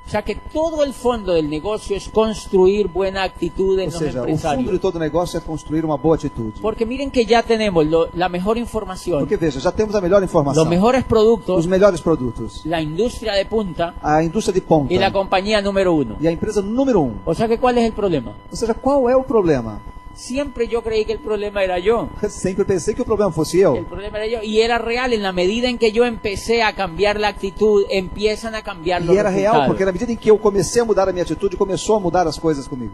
S2: O sea que todo el fondo del negocio es construir buena actitud en
S3: Ou
S2: los
S3: seja, o fundo de
S2: empresarios.
S3: todo negócio é construir uma boa atitude.
S2: Porque miren que ya tenemos lo- la mejor información,
S3: Porque veja, já temos a melhor informação,
S2: los mejores
S3: os
S2: productos,
S3: melhores produtos,
S2: la industria de punta
S3: a indústria de ponta
S2: y la compañía número uno.
S3: e a empresa número um.
S2: O sea que ¿cuál es el problema?
S3: Ou seja, qual é o problema? [LAUGHS]
S2: Siempre yo creí que el problema era yo.
S3: Sempre pensei que o problema fosse
S2: El
S3: eu.
S2: problema era yo. Y era real, en la medida en que yo empecé a cambiar la actitud, empiezan a cambiar los
S3: E era real,
S2: resultados.
S3: porque na medida em que eu comecei a mudar a minha atitude, começou a mudar as coisas comigo.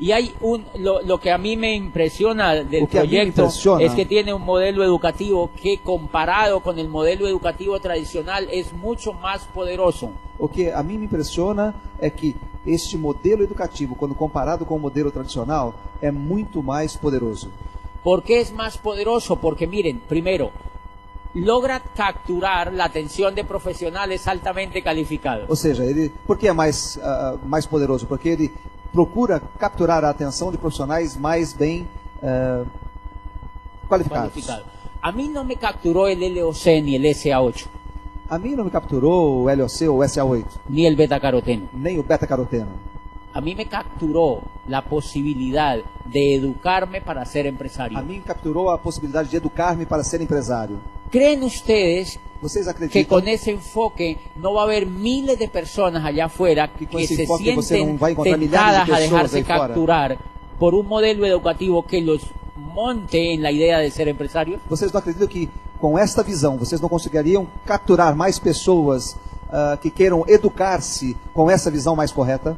S2: Y hay un, lo, lo que a mí me impresiona del
S3: Lo que a mí me
S2: proyecto
S3: impresiona.
S2: es que tiene un modelo educativo que comparado con el modelo educativo tradicional es mucho más poderoso.
S3: O que a mim me impressiona é que este modelo educativo, quando comparado com o modelo tradicional, é muito mais poderoso.
S2: ¿Por qué es más poderoso? Porque miren, primero, logra capturar la atención de profesionales altamente calificados.
S3: Ou seja, ele, por que é mais, ah, mais poderoso? Porque ele procura capturar a atenção de profissionais mais bem ah, qualificados.
S2: Cualificado. A mí no me capturó el LOC ni el SA8.
S3: A mim não me capturou o LOC ou o SA8,
S2: ni el betacaroteno.
S3: nem o beta-caroteno.
S2: A mí me capturó la posibilidad de educarme para ser empresario.
S3: A mim capturou a possibilidade de educar-me para ser empresário.
S2: ¿Creen ustedes
S3: Vocês
S2: que
S3: acreditam
S2: con ese enfoque no va a haber miles de personas allá afuera
S3: Que
S2: que,
S3: con ese
S2: se
S3: enfoque pues, você
S2: sienten
S3: não vai encontrar milhares
S2: tentadas
S3: de
S2: a
S3: pessoas
S2: dejarse
S3: ahí fuera?
S2: capturar por un modelo educativo que los monte en la idea de ser empresarios?
S3: Vocês não acreditam que com esta visão vocês não conseguiriam capturar mais pessoas ah, que queiram educar-se com essa visão mais correta?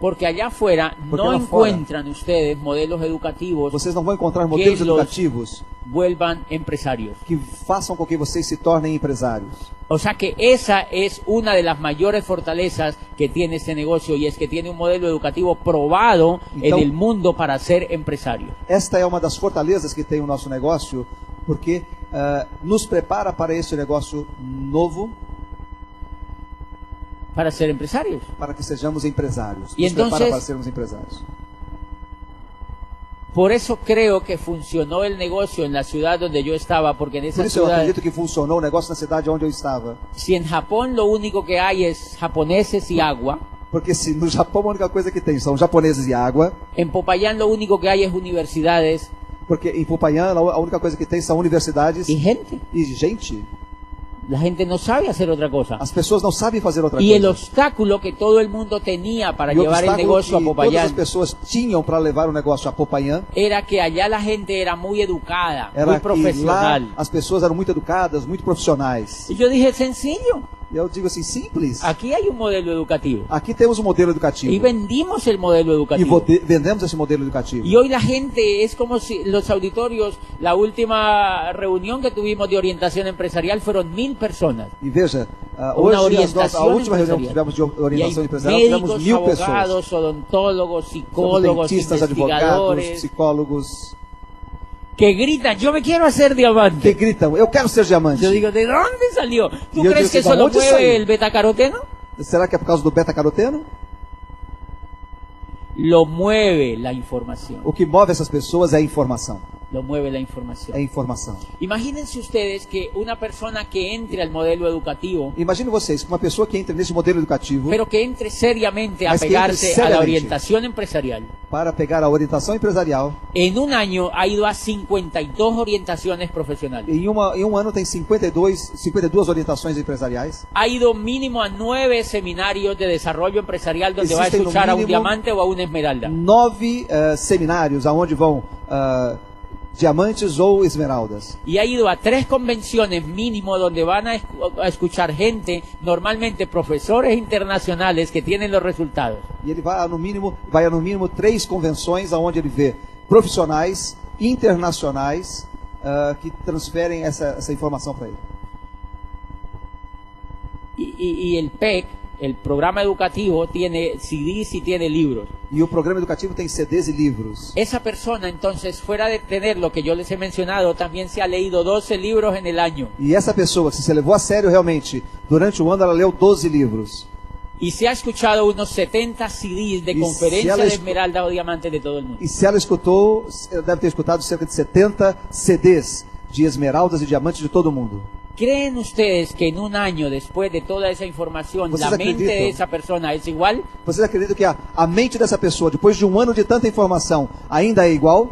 S2: Porque allá afuera
S3: Porque
S2: no
S3: allá afuera- Pues,
S2: encuentran ustedes modelos educativos
S3: Vocês não vão encontrar modelos
S2: Que los-
S3: educativos
S2: vuelvan empresarios.
S3: que façam com que vocês se tornem empresários.
S2: O sea que esa es una de las mayores fortalezas que tiene este negocio y es que tiene un modelo educativo probado en
S3: Então-
S2: el mundo para ser empresario.
S3: Esta é uma das fortalezas que tem o nosso negócio, porque ah, nos prepara para esse negócio novo,
S2: Para ser empresarios.
S3: para que sejamos empresários.
S2: E
S3: nos
S2: então
S3: prepara
S2: vocês-
S3: para sermos empresários.
S2: Por eso creo que funcionó el negocio en la ciudad donde yo estaba, porque en
S3: Por
S2: esa
S3: isso eu
S2: ciudad,
S3: acredito que funcionou o negócio na cidade onde eu estava.
S2: si en Japón lo único que hay es japoneses y agua,
S3: Porque se no Japão a única coisa que tem são japoneses e água,
S2: en Popayán lo único que hay es universidades
S3: porque em Popayán a única coisa que tem são universidades
S2: y
S3: e,
S2: gente.
S3: gente.
S2: La gente no sabe hacer otra cosa.
S3: As pessoas não sabem fazer outra
S2: Y el
S3: coisa.
S2: obstáculo que todo el mundo tenía para
S3: E o
S2: llevar el
S3: obstáculo
S2: negocio a
S3: que todas as
S2: Popayán
S3: pessoas tinham para levar o negócio a Popayán
S2: era que allá la gente era muy educada,
S3: era
S2: muy
S3: que lá
S2: profesional.
S3: as pessoas eram muito educadas, muito profissionais.
S2: Y yo dije, sencillo,
S3: E eu digo assim, simples.
S2: aquí hay un modelo educativo.
S3: Aqui temos um modelo
S2: Y
S3: educativo.
S2: vendimos el modelo
S3: E vo-
S2: educativo.
S3: de- vendemos esse modelo educativo.
S2: Y hoy la gente es como si los auditorios, la última reunión que tuvimos de orientación empresarial fueron mil personas.
S3: E veja, ah,
S2: Una
S3: hoje as nossas- a
S2: orientación
S3: última reunião que
S2: empresarial.
S3: tivemos
S2: Y
S3: de
S2: hay
S3: orientação empresarial, tivemos
S2: médicos,
S3: mil pessoas.
S2: abogados, odontólogos,
S3: Somos
S2: psicólogos,
S3: dentistas, advogados,
S2: investigadores,
S3: psicólogos,
S2: que gritan, yo me quiero hacer
S3: que
S2: diamante.
S3: gritam, eu quero ser diamante.
S2: Yo digo, ¿de dónde salió? ¿Tú
S3: Yo
S2: crees que
S3: digo, ¿de
S2: eso lo
S3: dónde salió?
S2: mueve el betacaroteno?
S3: Será que é por causa do beta-caroteno?
S2: Lo mueve la información.
S3: O que move essas pessoas é a informação.
S2: Lo mueve la
S3: É a
S2: información.
S3: informação.
S2: Imagínense ustedes que una persona que entre al modelo educativo
S3: Imagine vocês, que uma pessoa que entra nesse modelo educativo
S2: pero que entre seriamente a
S3: Mas que entre
S2: pegarse a la
S3: seriamente.
S2: orientación empresarial.
S3: para pegar a orientação empresarial,
S2: En un año ha ido a 52 orientaciones profesionales.
S3: em, uma, em um ano tem 52, 52 orientações empresariais,
S2: Ha ido mínimo a nueve seminarios de desarrollo empresarial donde va a
S3: Existen lo
S2: escuchar a un
S3: mínimo-
S2: diamante o a una esmeralda.
S3: nove eh, seminários aonde vão ah, diamantes ou esmeraldas.
S2: Y ha ido a tres convenciones mínimo donde van a escu- a escuchar gente, normalmente profesores internacionales que tienen los resultados.
S3: E ele vai a, no mínimo, vai a no mínimo três convenções aonde ele vê profissionais internacionais ah, que transferem essa, essa informação para ele.
S2: Y, y- y el PEC, el programa educativo, tiene CDs y tiene libros.
S3: E o programa educativo tem CDs e livros.
S2: Esa persona, entonces, fuera de tener lo que yo les he mencionado, también se ha leído 12 libros en el año
S3: E essa pessoa, se você levou a sério realmente, durante o ano ela leu 12 livros.
S2: y se ha escuchado unos 70 CDs de
S3: Y
S2: conferencias
S3: se ha
S2: de
S3: escu-
S2: esmeralda o diamante de todo el mundo.
S3: E se ela escutou, ela deve ter escutado cerca de 70 CDs de esmeraldas e diamantes de todo mundo.
S2: ¿Creen ustedes que en un año después de toda esa información,
S3: Pues
S2: la
S3: es
S2: mente
S3: acredito.
S2: de esa persona es igual?
S3: Vocês acreditam que a, a mente dessa pessoa, depois de um ano de tanta informação, ainda é igual?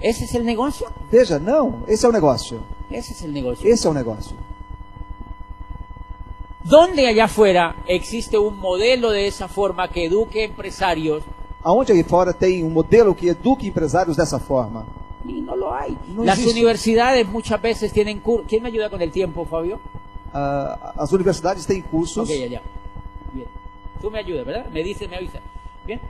S2: Ese es el negocio.
S3: Veja, não, esse é o negócio.
S2: Ese es el negocio.
S3: Esse é o negócio.
S2: ¿Dónde allá afuera existe un modelo de esa forma que eduque empresarios?
S3: Aonde aí fora tem um modelo que eduque empresários dessa forma?
S2: Y no lo hay.
S3: No
S2: Las
S3: existe.
S2: universidades muchas veces tienen cursos. ¿Quién me ayuda con el tiempo, Fabio?
S3: Ah, as universidades têm cursos.
S2: Ok, ya, ya. Bien. Tú me ayudas, ¿verdad? Me dices, me avisas. Bien.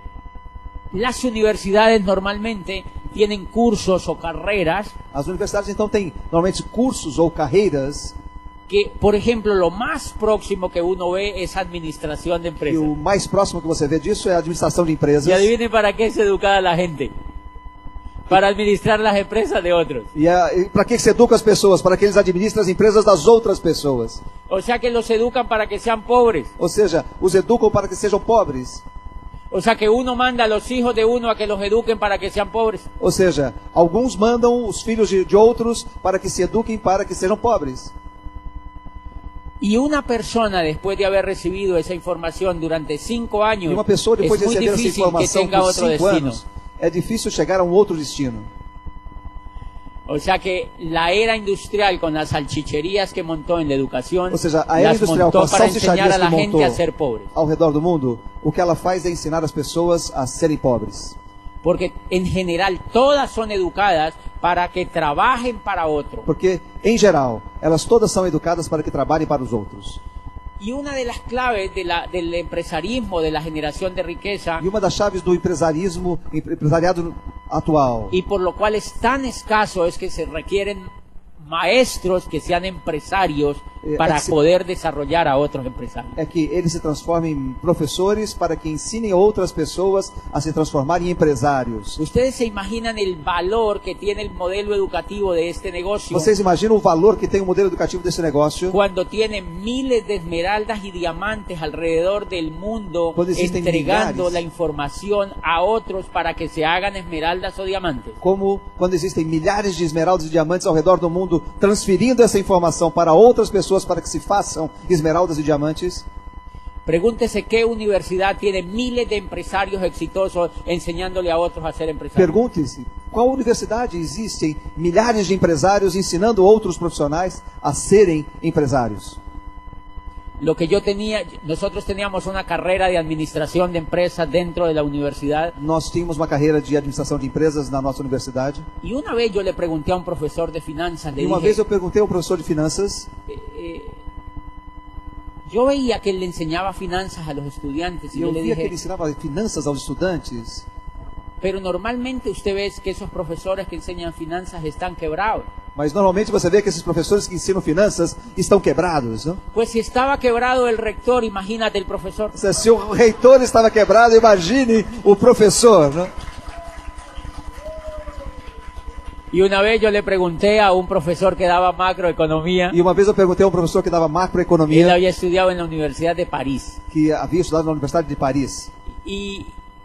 S2: Las universidades normalmente tienen cursos o carreras
S3: As universidades então têm normalmente cursos ou carreiras
S2: que, por ejemplo, lo más próximo que uno ve es administración de
S3: e
S2: empresas.
S3: o mais próximo que você vê disso é a administração de empresas.
S2: Y adivinen para qué es educada la gente. Para administrar las empresas de otros.
S3: E, para que que se educa as pessoas? Para que eles administrem as empresas das outras pessoas.
S2: O sea que los educan para que sean pobres.
S3: Ou seja, os educam para que sejam pobres.
S2: O sea que uno manda a los hijos de uno a que los eduquen para que sean pobres.
S3: Ou seja, alguns mandam os filhos de, de outros para que se eduquem para que sejam pobres.
S2: Y una persona, después de haber recibido esa información durante cinco años,
S3: E uma pessoa, depois de
S2: es muy
S3: receber essa
S2: é difícil que
S3: informação
S2: tenga
S3: por
S2: otro
S3: cinco
S2: destino.
S3: anos, é difícil chegar a um outro destino.
S2: O sea que la era industrial con las salchicherías que montó en la educación,
S3: Ou seja, a era
S2: las
S3: industrial com
S2: montó
S3: as
S2: para enseñar
S3: salsicharias
S2: a
S3: que
S2: la gente a ser
S3: montou
S2: pobre.
S3: ao redor do mundo, o que ela faz é ensinar as pessoas a serem pobres.
S2: Porque en general todas son educadas para que trabajen para otro.
S3: Porque, em geral, elas todas são educadas para que trabalhem para os outros.
S2: Y una de las claves de la- del empresarismo, de la generación de riqueza,
S3: E uma das chaves do empresarismo, empresariado atual,
S2: y por lo cual es tan escaso, es que se requieren maestros que sean empresarios
S3: Eh,
S2: para
S3: ex-
S2: poder desarrollar a otros empresarios.
S3: é que eles se transformem em professores para que ensinem outras pessoas a se transformarem em empresários.
S2: Ustedes se imaginan el valor que tiene el modelo educativo de este negocio
S3: Vocês imaginam o valor que tem o modelo educativo desse negócio?
S2: cuando tiene miles de esmeraldas y diamantes alrededor del mundo
S3: Cuando existen
S2: entregando
S3: millares.
S2: la información a otros para que se hagan esmeraldas o diamantes.
S3: Como quando existem milhares de esmeraldas e diamantes ao redor do mundo transferindo essa informação para outras pessoas para que se façam esmeraldas e diamantes?
S2: Pregúntese qué universidad tiene miles de empresarios exitosos enseñándole a otros a ser empresarios.
S3: Pergunte-se, qual universidade existem milhares de empresários ensinando outros profissionais a serem empresários?
S2: Lo que yo tenía, nosotros teníamos una carrera de administración de empresas dentro de la universidad
S3: Nós tínhamos uma carreira de administração de empresas na nossa universidade.
S2: y una vez yo le pregunté a un profesor de finanzas, le
S3: E uma
S2: dije,
S3: vez eu perguntei ao professor de finanças,
S2: eh, eh, yo veía que él le enseñaba finanzas a los estudiantes y
S3: e
S2: yo
S3: eu
S2: le
S3: via que ele
S2: dije,
S3: ensinava finanças aos estudantes,
S2: pero normalmente usted ve que esos profesores que enseñan finanzas están quebrados.
S3: mas normalmente você vê que esses professores que ensinam finanças estão quebrados. Não?
S2: Pues si estaba quebrado el rector, imagínate el profesor.
S3: Se, se o reitor estava quebrado, imagine o professor. Né?
S2: Y una vez yo le pregunté a un profesor que daba macroeconomía,
S3: E uma vez eu perguntei a um professor que dava
S2: él
S3: macroeconomia,
S2: había estudiado en la Universidad de París.
S3: que havia estudado na Universidade de Paris.
S2: Y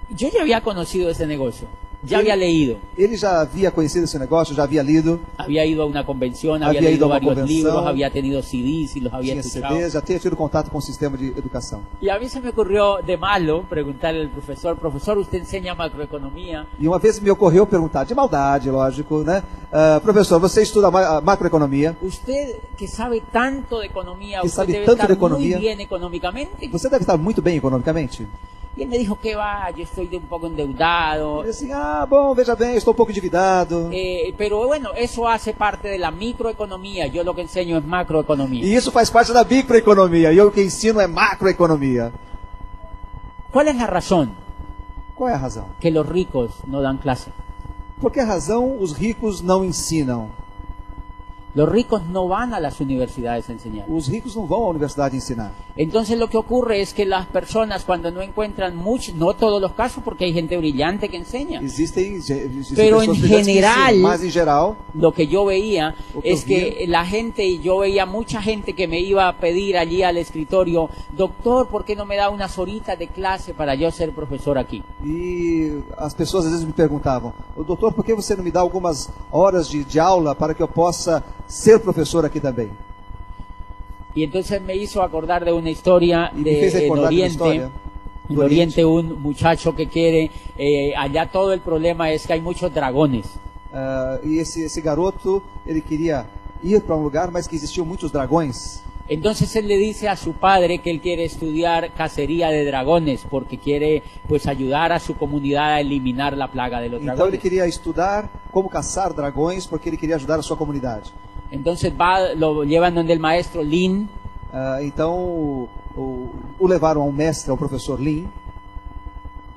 S2: yo ya había conocido esse negocio, ya había leído,
S3: Ele já havia conhecido esse negócio, já havia lido,
S2: había ido a una convención, había,
S3: Había ido
S2: leído
S3: a uma
S2: varios
S3: convenção.
S2: libros, había tenido CDs y los había
S3: tinha
S2: escuchado.
S3: CD, já tinha tido contato com o sistema de educação.
S2: Y a mí se me ocurrió de malo preguntarle al profesor, profesor, usted enseña macroeconomia,
S3: E uma vez me ocorreu perguntar, de maldade, lógico, né? "Ah, professor, você estuda ma- a macroeconomia,
S2: usted que sabe tanto de economía,
S3: Que
S2: usted
S3: sabe
S2: debe
S3: tanto
S2: estar
S3: de Pues economia.
S2: muy bien económicamente.
S3: você deve estar muito bem economicamente?
S2: Y él me dijo, que va? Yo estoy de un poco endeudado.
S3: Ele assim, ah, bom, veja bem, estou um pouco endividado.
S2: Eh, pero bueno, eso hace parte de la microeconomía. Yo lo que enseño es macroeconomía.
S3: E isso faz parte da microeconomia, e eu que ensino é macroeconomia.
S2: ¿Cuál es la razón
S3: Qual é a razão?
S2: que los ricos no dan clase?
S3: Por que razão os ricos não ensinam?
S2: Los ricos no van a las universidades a enseñar.
S3: Os ricos não vão à universidade ensinar.
S2: Entonces lo que ocurre es que las personas cuando no encuentran muchos, no todos los casos porque hay gente brillante que enseña.
S3: Existem, ge- existem
S2: Pero em
S3: brilhantes que
S2: general-
S3: ensinam, mas em geral,
S2: Lo que yo veía
S3: Lo que
S2: es que la gente, y yo veía mucha gente que me iba a pedir allí al escritorio, doctor, ¿por qué no me da unas horitas de clase para yo ser profesor aquí?
S3: e as pessoas às vezes me perguntavam, "Ô, doutor, por que você não me dá algumas horas de, de aula para que eu possa ser professor aqui também?
S2: Y entonces me hizo acordar de una historia
S3: E me
S2: de,
S3: fez
S2: en
S3: recordar de uma
S2: Oriente.
S3: história
S2: En Oriente un muchacho que quiere, eh, allá todo el problema es que hay muchos dragones.
S3: Ah, e esse, esse garoto, ele queria ir para um lugar, mas que existiam muitos dragões.
S2: Entonces él le dice a su padre que él quiere estudiar cacería de dragones porque quiere pues ayudar a su comunidad a eliminar la plaga de los
S3: Então ele
S2: dragones.
S3: queria estudar como caçar dragões, porque ele queria ajudar a sua comunidade.
S2: Entonces va, lo llevan donde el maestro Lin
S3: Ah, então o, o- o levaram a um mestre, ao professor Lin,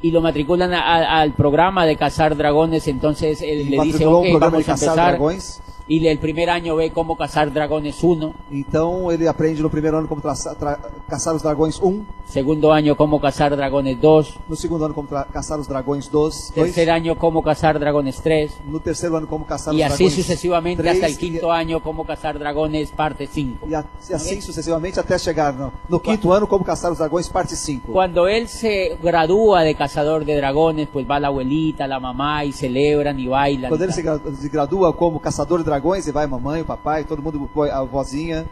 S2: y lo matriculan a- a- al programa de cazar dragones. Entonces
S3: e
S2: él le dice,
S3: matriculou
S2: ok,
S3: um programa de
S2: vamos a
S3: caçar
S2: empezar.
S3: dragões.
S2: Y le- el primer año ve cómo cazar dragones 1,
S3: Então ele aprende no primeiro ano como traça- tra- caçar os dragões 1,
S2: segundo año cómo cazar dragones 2,
S3: no segundo ano como tra- caçar os dragões 2,
S2: tercer año cómo cazar dragones 3
S3: no terceiro ano como caçar
S2: y
S3: os
S2: así
S3: dragões
S2: sucesivamente
S3: três,
S2: hasta el quinto año cómo cazar dragones parte 5.
S3: e, e a- e assim sucessivamente até chegar no, no quinto ano como caçar os dragões parte 5.
S2: Cuando él se gradúa de cazador de dragones, pues va la abuelita, la mamá y celebran y bailan.
S3: Quando
S2: y
S3: ele
S2: tal.
S3: se gra- se gradua como caçador de dragões, e vai a mamãe, o papai, todo mundo, a vozinha.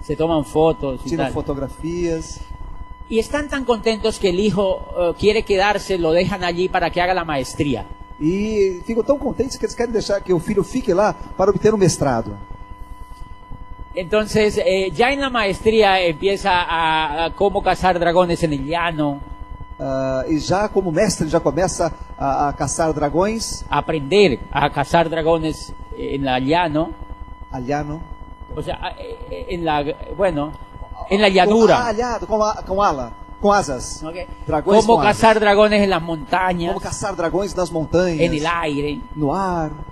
S2: se toman fotos y
S3: tiram
S2: tal.
S3: fotografias.
S2: Y están tan contentos que el hijo eh, quiere quedarse, lo dejan allí para que haga la maestría.
S3: E ficam tão contentes que eles querem deixar que o filho fique lá para obter um mestrado.
S2: Entonces, eh, ya en la maestría empieza a, a cómo cazar dragones en el llano,
S3: Ah, e já como mestre, ele já começa a, a caçar dragões.
S2: a aprender a cazar dragones en la llano,
S3: Alhano.
S2: o sea, a- eh, eh, en la, bueno, en la llanura.
S3: Com, alhado, com, a- com ala, com asas.
S2: ¿ok?
S3: Dragões
S2: Cómo
S3: com asas.
S2: cazar dragones en las montañas,
S3: Como caçar dragões nas montanhas,
S2: en el aire.
S3: no ar.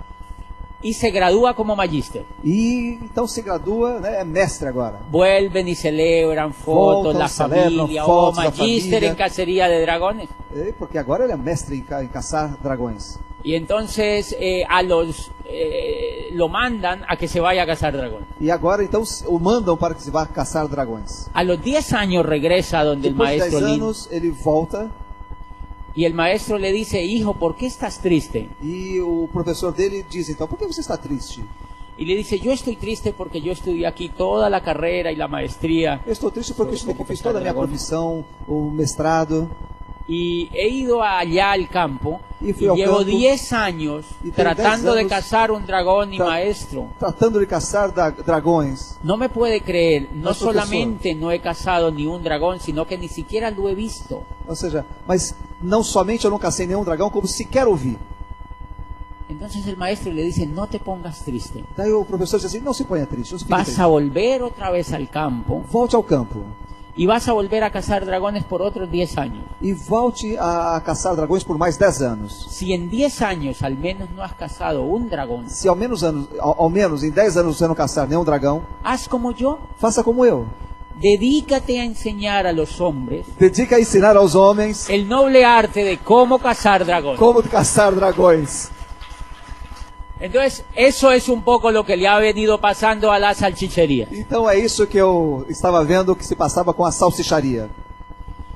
S2: Y se gradúa como magíster.
S3: E então se gradua, né, é mestre agora.
S2: Vuelven y celebran fotos,
S3: Voltan,
S2: la
S3: celebran
S2: familia, oh,
S3: fotos, la
S2: magíster
S3: familia.
S2: en cacería de dragones.
S3: É, Porque agora ele é mestre em, ca- em caçar dragões.
S2: Y entonces eh, a los eh, lo mandan a que se vaya a cazar dragones.
S3: E agora então se- o mandam para que se vá caçar dragões.
S2: A los 10 años regresa donde el
S3: Depois de 10
S2: maestro Lin
S3: anos ele volta
S2: y el maestro le dice, hijo, ¿por qué estás triste?
S3: e o professor dele diz então, por que você está triste?
S2: Y le dice, yo estoy triste porque yo estudié aquí toda la carrera y la maestría
S3: Eu estou triste porque eu
S2: Sobre
S3: estudei
S2: como
S3: fiz
S2: caçar
S3: toda a minha
S2: dragões.
S3: profissão, o mestrado,
S2: y he ido allá al campo
S3: Y
S2: y,
S3: fui al
S2: llevo
S3: campo.
S2: 10 años
S3: Y tengo 10
S2: tratando de
S3: años
S2: cazar un dragón y
S3: tra-
S2: maestro.
S3: tratando de caçar da- dragões.
S2: No me puede creer, no
S3: No, profesor.
S2: solamente no he cazado ni un dragón, sino que ni siquiera lo he visto.
S3: Ou seja, mas não somente eu não cacei nenhum dragão, como sequer ouvi.
S2: Entonces el maestro le dice, no te pongas triste.
S3: Daí o professor diz assim, não se ponha triste, não se fique
S2: Vas
S3: triste.
S2: a volver otra vez al campo
S3: Volte ao campo
S2: y vas a volver a cazar dragones por otros 10 años.
S3: e volte a, a caçar dragões por mais 10 anos.
S2: Si en 10 años al menos no has cazado un dragón,
S3: Se ao menos, anos, ao, ao menos em 10 anos você não caçar nenhum dragão,
S2: haz como yo,
S3: faça como eu.
S2: dedícate a enseñar a los hombres
S3: Dedica a ensinar aos homens
S2: el noble arte de cómo cazar dragones.
S3: como caçar dragões.
S2: Entonces, eso es un poco lo que le ha venido pasando a la salchichería.
S3: Então é isso que eu estava vendo que se passava com a salsicharia.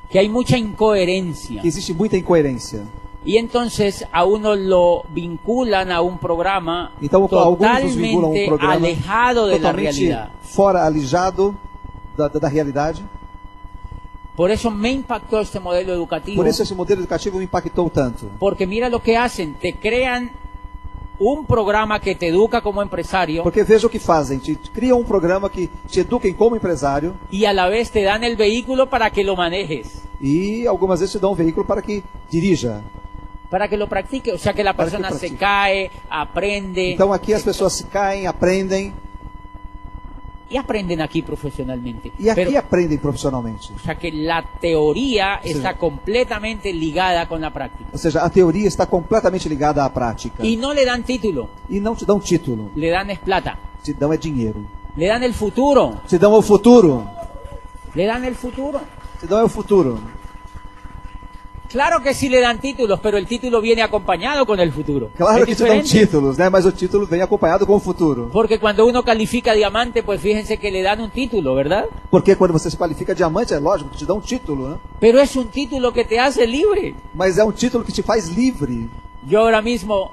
S2: Que hay mucha incoherencia.
S3: Que existe muita incoerência.
S2: Y entonces a uno lo vinculan a un programa
S3: Então alguns nos vinculam a um
S2: totalmente
S3: programa
S2: alejado de la
S3: totalmente
S2: realidad.
S3: fora, alijado da, da, da realidade.
S2: Por eso me impactó este modelo educativo.
S3: Por isso esse modelo educativo me impactou tanto.
S2: Porque mira lo que hacen, te crean un programa que te educa como empresario
S3: Porque veja o que fazem, te criam um programa que te eduquem como empresário
S2: y a la vez te dan el vehículo para que lo manejes,
S3: e algumas vezes te dão um veículo para que dirija.
S2: para que lo practique. O sea que la
S3: Para que
S2: persona se
S3: practique.
S2: cae, aprende
S3: Então aqui as pessoas se caem, aprendem
S2: y aprenden aquí profesionalmente.
S3: e aqui
S2: Pero,
S3: aprendem profissionalmente.
S2: o sea que la teoría
S3: Sí.
S2: está completamente ligada con la práctica.
S3: Ou seja, a teoria está completamente ligada à prática.
S2: Y no le dan título,
S3: E não te dão título,
S2: le dan es plata,
S3: te dão é dinheiro.
S2: le dan el futuro,
S3: Te dão é o futuro.
S2: le dan el futuro.
S3: Te dão é o futuro.
S2: Claro que sí le dan títulos, pero el título viene acompañado con el futuro.
S3: Claro
S2: Es
S3: que te dão
S2: É diferente.
S3: títulos, né? Mas o título vem acompanhado com o futuro.
S2: Porque cuando uno califica diamante, pues fíjense que le dan un título, ¿verdad?
S3: Porque quando você se qualifica diamante, é lógico que te dão um título, né?
S2: Pero es un título que te hace libre.
S3: Mas é um título que te faz livre.
S2: Yo ahora mismo,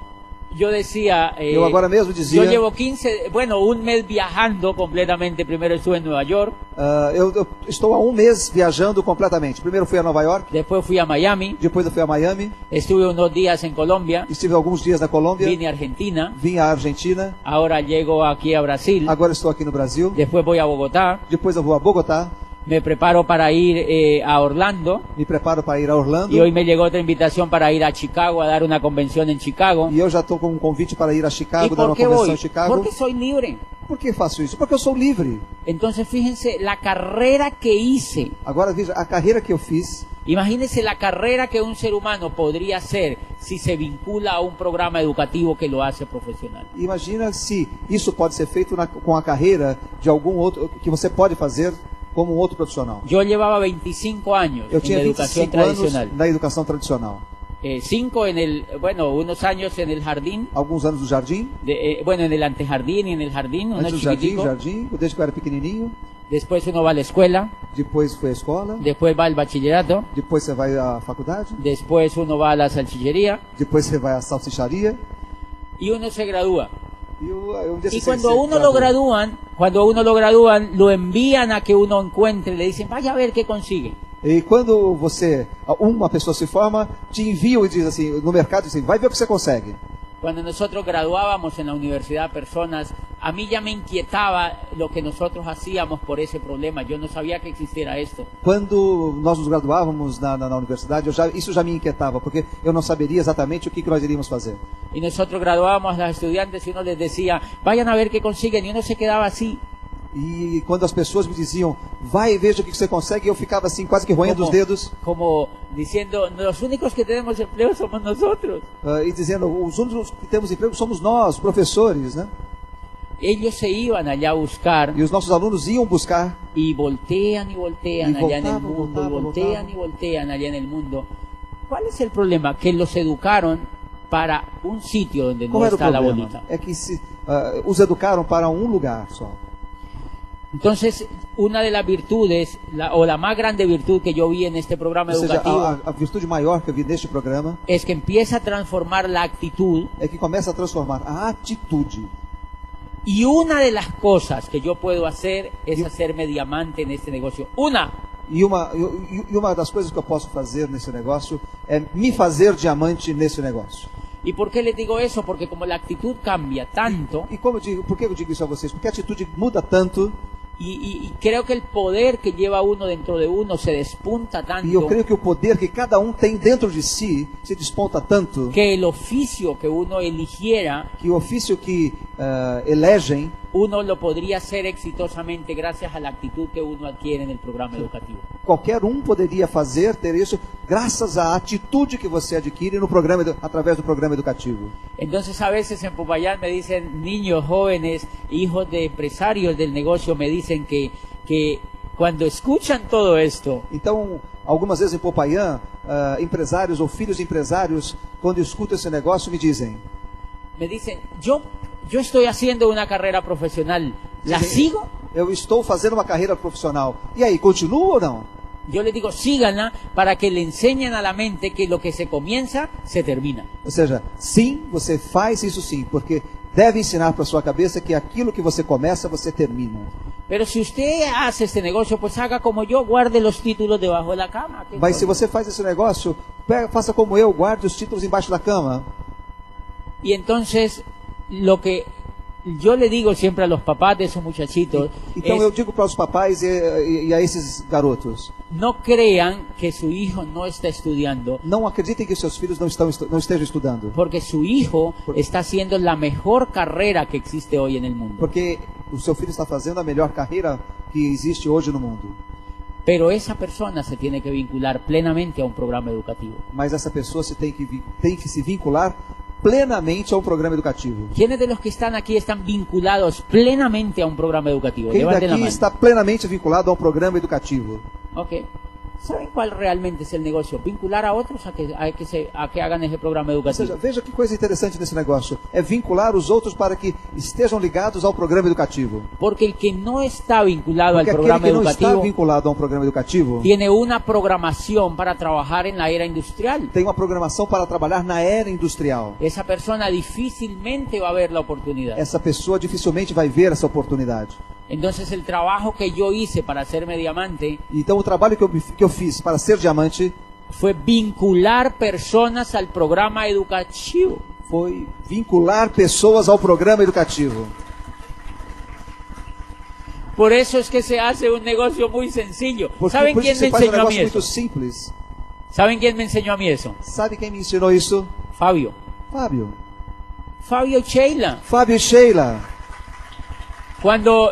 S2: yo decía... eh,
S3: Eu agora mesmo
S2: yo
S3: dizia.
S2: llevo 15, bueno, un mes viajando completamente. Primero estuve en Nueva York,
S3: Ah, eu, eu estou há um mês viajando completamente. Primeiro fui a Nova York,
S2: después fui a Miami,
S3: depois eu fui a Miami,
S2: estuve unos días en Colombia,
S3: estive alguns dias na Colômbia,
S2: vine a Argentina,
S3: vim à Argentina,
S2: ahora llego aquí a Brasil,
S3: agora estou aqui no Brasil,
S2: después voy a Bogotá,
S3: depois eu vou a Bogotá,
S2: me preparo para ir eh, a Orlando
S3: me preparo para ir a Orlando
S2: y hoy me llegó otra invitación para ir a Chicago a dar una convención en Chicago.
S3: e eu já estou com um convite para ir a
S2: ¿Y
S3: Chicago, dar
S2: por
S3: uma
S2: qué
S3: convenção
S2: voy?
S3: em Chicago.
S2: Porque soy libre.
S3: Por que faço isso? Porque eu sou livre.
S2: Entonces, fíjense, la carrera que hice,
S3: Agora veja, a carreira que eu fiz,
S2: imagínense la carrera que un ser humano podría hacer si se vincula a un programa educativo que lo hace profesional.
S3: imagina se isso pode ser feito na- com a carreira de algum outro, que você pode fazer como um outro profissional.
S2: Yo llevaba 25 años
S3: Eu
S2: en
S3: tinha
S2: la educación
S3: 25 anos
S2: tradicional.
S3: na educação tradicional.
S2: Eh, cinco en el, bueno, unos años en el jardín,
S3: Alguns anos no jardim,
S2: de- eh, bueno, en el antejardín y en el jardín, uno
S3: antes do jardim,
S2: é chiquitico.
S3: jardim, desde que eu era pequenininho,
S2: Después uno va a la escuela,
S3: depois foi à escola,
S2: después va al bachillerato,
S3: depois você vai à faculdade,
S2: después uno va a la salchichería
S3: depois você vai à salsicharia.
S2: y uno se gradúa.
S3: E, o- um dia
S2: Y
S3: você
S2: cuando
S3: se
S2: a uno lo
S3: gradua.
S2: gradúan, Cuando a uno lo gradúan, lo envían a que uno encuentre, le dicen, vaya a ver qué consigue.
S3: E quando você, uma pessoa se forma, te enviam e diz assim, no mercado, assim, vai ver o que você consegue.
S2: Cuando nosotros graduábamos en la universidad personas, a mí ya me inquietaba lo que nosotros hacíamos por ese problema. Yo no sabía que existiera esto.
S3: Quando nós nos graduávamos na, na, na universidade, eu já, isso já me inquietava, porque eu não saberia exatamente o que, que nós iríamos fazer.
S2: Y nosotros graduábamos a los estudiantes y uno les decía, vayan a ver qué consiguen. Y uno se quedaba así,
S3: E quando as pessoas me diziam, vai e veja o que que você consegue, eu ficava assim, quase que roendo os dedos
S2: como diciendo, los únicos que tenemos empleo somos nosotros.
S3: ah, e dizendo, os únicos que temos emprego somos nós, professores, né?
S2: Ellos se iban allá a buscar
S3: E os nossos alunos iam buscar
S2: y voltean y voltean
S3: Y
S2: allá en el
S3: voltaban,
S2: mundo,
S3: voltaban,
S2: voltean
S3: voltaban.
S2: y voltean allá en el mundo. ¿Cuál es el problema? Que los educaron para un sitio donde
S3: Qual
S2: no
S3: era o
S2: está la
S3: problema?
S2: bonita.
S3: É que se, ah, os educaram para um lugar só.
S2: Entonces, una de las virtudes, la- o la más grande virtud que yo vi en este programa
S3: Ou seja,
S2: educativo,
S3: a, a- a virtude maior que eu vi neste programa
S2: es que empieza a transformar la actitud.
S3: é que começa a transformar a atitude.
S2: Y una de las cosas que yo puedo hacer es hacerme diamante en este negocio. Una,
S3: E uma, e- e uma das coisas que eu posso fazer nesse negócio é me fazer diamante nesse negócio.
S2: ¿Y por qué les digo eso? Porque como la actitud cambia tanto
S3: E como eu digo, por que eu digo isso a vocês? Porque a atitude muda tanto
S2: y, y- y creo que el poder que lleva uno dentro de uno se despunta
S3: e eu
S2: tanto
S3: creio que o poder que cada um tem dentro de si se desponta tanto
S2: que el oficio que uno eligiera,
S3: que o ofício que ah, elegem
S2: uno lo podría hacer exitosamente gracias a la actitud que uno adquiere en el programa educativo.
S3: qualquer um poderia fazer ter isso graças à atitude que você adquire no programa edu- através do programa educativo.
S2: Entonces a veces en Popayán me dicen niños, jóvenes, hijos de empresarios del negocio, me dicen que, que cuando escuchan todo esto,
S3: Então, algumas vezes em Popayã, ah, empresários ou filhos de empresários, quando escutam esse negócio, me dizem:
S2: me dicen, yo, yo estoy haciendo una carrera profesional, ¿la
S3: Sí, sí.
S2: sigo?
S3: "Eu estou fazendo uma carreira profissional. E aí, continuo ou não?"
S2: Yo les digo, síganla para que le enseñen a la mente que lo que se comienza, se termina.
S3: Ou seja, sim, você faz isso sim, porque deve ensinar para sua cabeça que aquilo que você começa, você termina.
S2: Pero si usted hace este negocio, pues haga como yo, guarde los títulos debajo de la cama. ¿Qué
S3: Mas se
S2: cosa?
S3: você faz esse negócio, pega- faça como eu, guarde os títulos embaixo da cama.
S2: Y entonces, lo que yo le digo siempre a los papás de esos muchachitos,
S3: Então
S2: es,
S3: eu digo para os papais e, e- e a esses garotos:
S2: no crean que su hijo no está estudiando,
S3: não acreditem que seus filhos não, estão, estu- não estejam estudando,
S2: porque su hijo
S3: Por-
S2: está haciendo la mejor carrera que existe hoy en el mundo.
S3: porque o seu filho está fazendo a melhor carreira que existe hoje no mundo.
S2: Pero esa persona se tiene que vincular plenamente a un programa educativo.
S3: Mas essa pessoa se tem, que, vi- tem que se vincular plenamente a um programa educativo.
S2: ¿Quiénes de los que están aquí están vinculados plenamente a un programa educativo?
S3: Quem
S2: Levanten la
S3: daqui
S2: mano.
S3: está plenamente vinculado a um programa educativo?
S2: Ok. ¿Saben cuál realmente es el negocio? Vincular a otros a que, a que, se- a que hagan ese programa
S3: Ou seja,
S2: educativo.
S3: veja que coisa interessante nesse negócio. É vincular os outros para que estejam ligados ao programa educativo.
S2: Porque el que no está vinculado
S3: Porque
S2: al
S3: aquele
S2: programa
S3: que não está
S2: educativo
S3: vinculado a um programa educativo
S2: tiene una programación para trabajar en la era industrial.
S3: tem uma programação para trabalhar na era industrial.
S2: Esa persona difícilmente va a ver la oportunidad.
S3: Essa pessoa dificilmente vai ver essa oportunidade.
S2: Entonces el trabajo que yo hice para hacerme diamante
S3: Então, o trabalho que eu, me- que eu fiz para ser diamante
S2: fue vincular personas al programa educativo.
S3: foi vincular pessoas ao programa educativo.
S2: Por eso es que se hace un negocio muy sencillo.
S3: Porque
S2: ¿Saben
S3: por isso
S2: quién me
S3: você faz um
S2: enseñó a mí
S3: negócio
S2: eso?
S3: muito simples.
S2: ¿Saben quién me enseñó a mí eso?
S3: Sabe quem me ensinou isso?
S2: Fabio.
S3: Fábio.
S2: Fabio Sheila.
S3: Fábio e Sheila.
S2: Cuando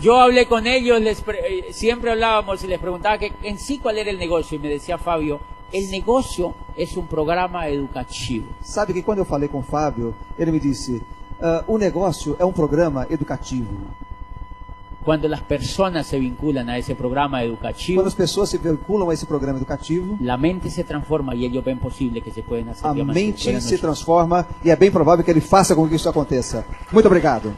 S2: yo hablé con ellos, les pre- eh, siempre hablábamos y les preguntaba que en sí cuál era el negocio. Y me decía Fabio, el negocio es un programa educativo.
S3: Sabe que quando eu falei com o Fábio, ele me disse: "Ah, o negócio é um programa educativo.
S2: Cuando las personas se vinculan a esse programa educativo,
S3: Quando as pessoas se vinculam a esse programa educativo,
S2: la mente se transforma y ellos ven posible que se pueden hacer
S3: a
S2: diamantes.
S3: mente
S2: Buenas
S3: se
S2: noches.
S3: transforma e é bem provável que ele faça com que isso aconteça. Muito obrigado.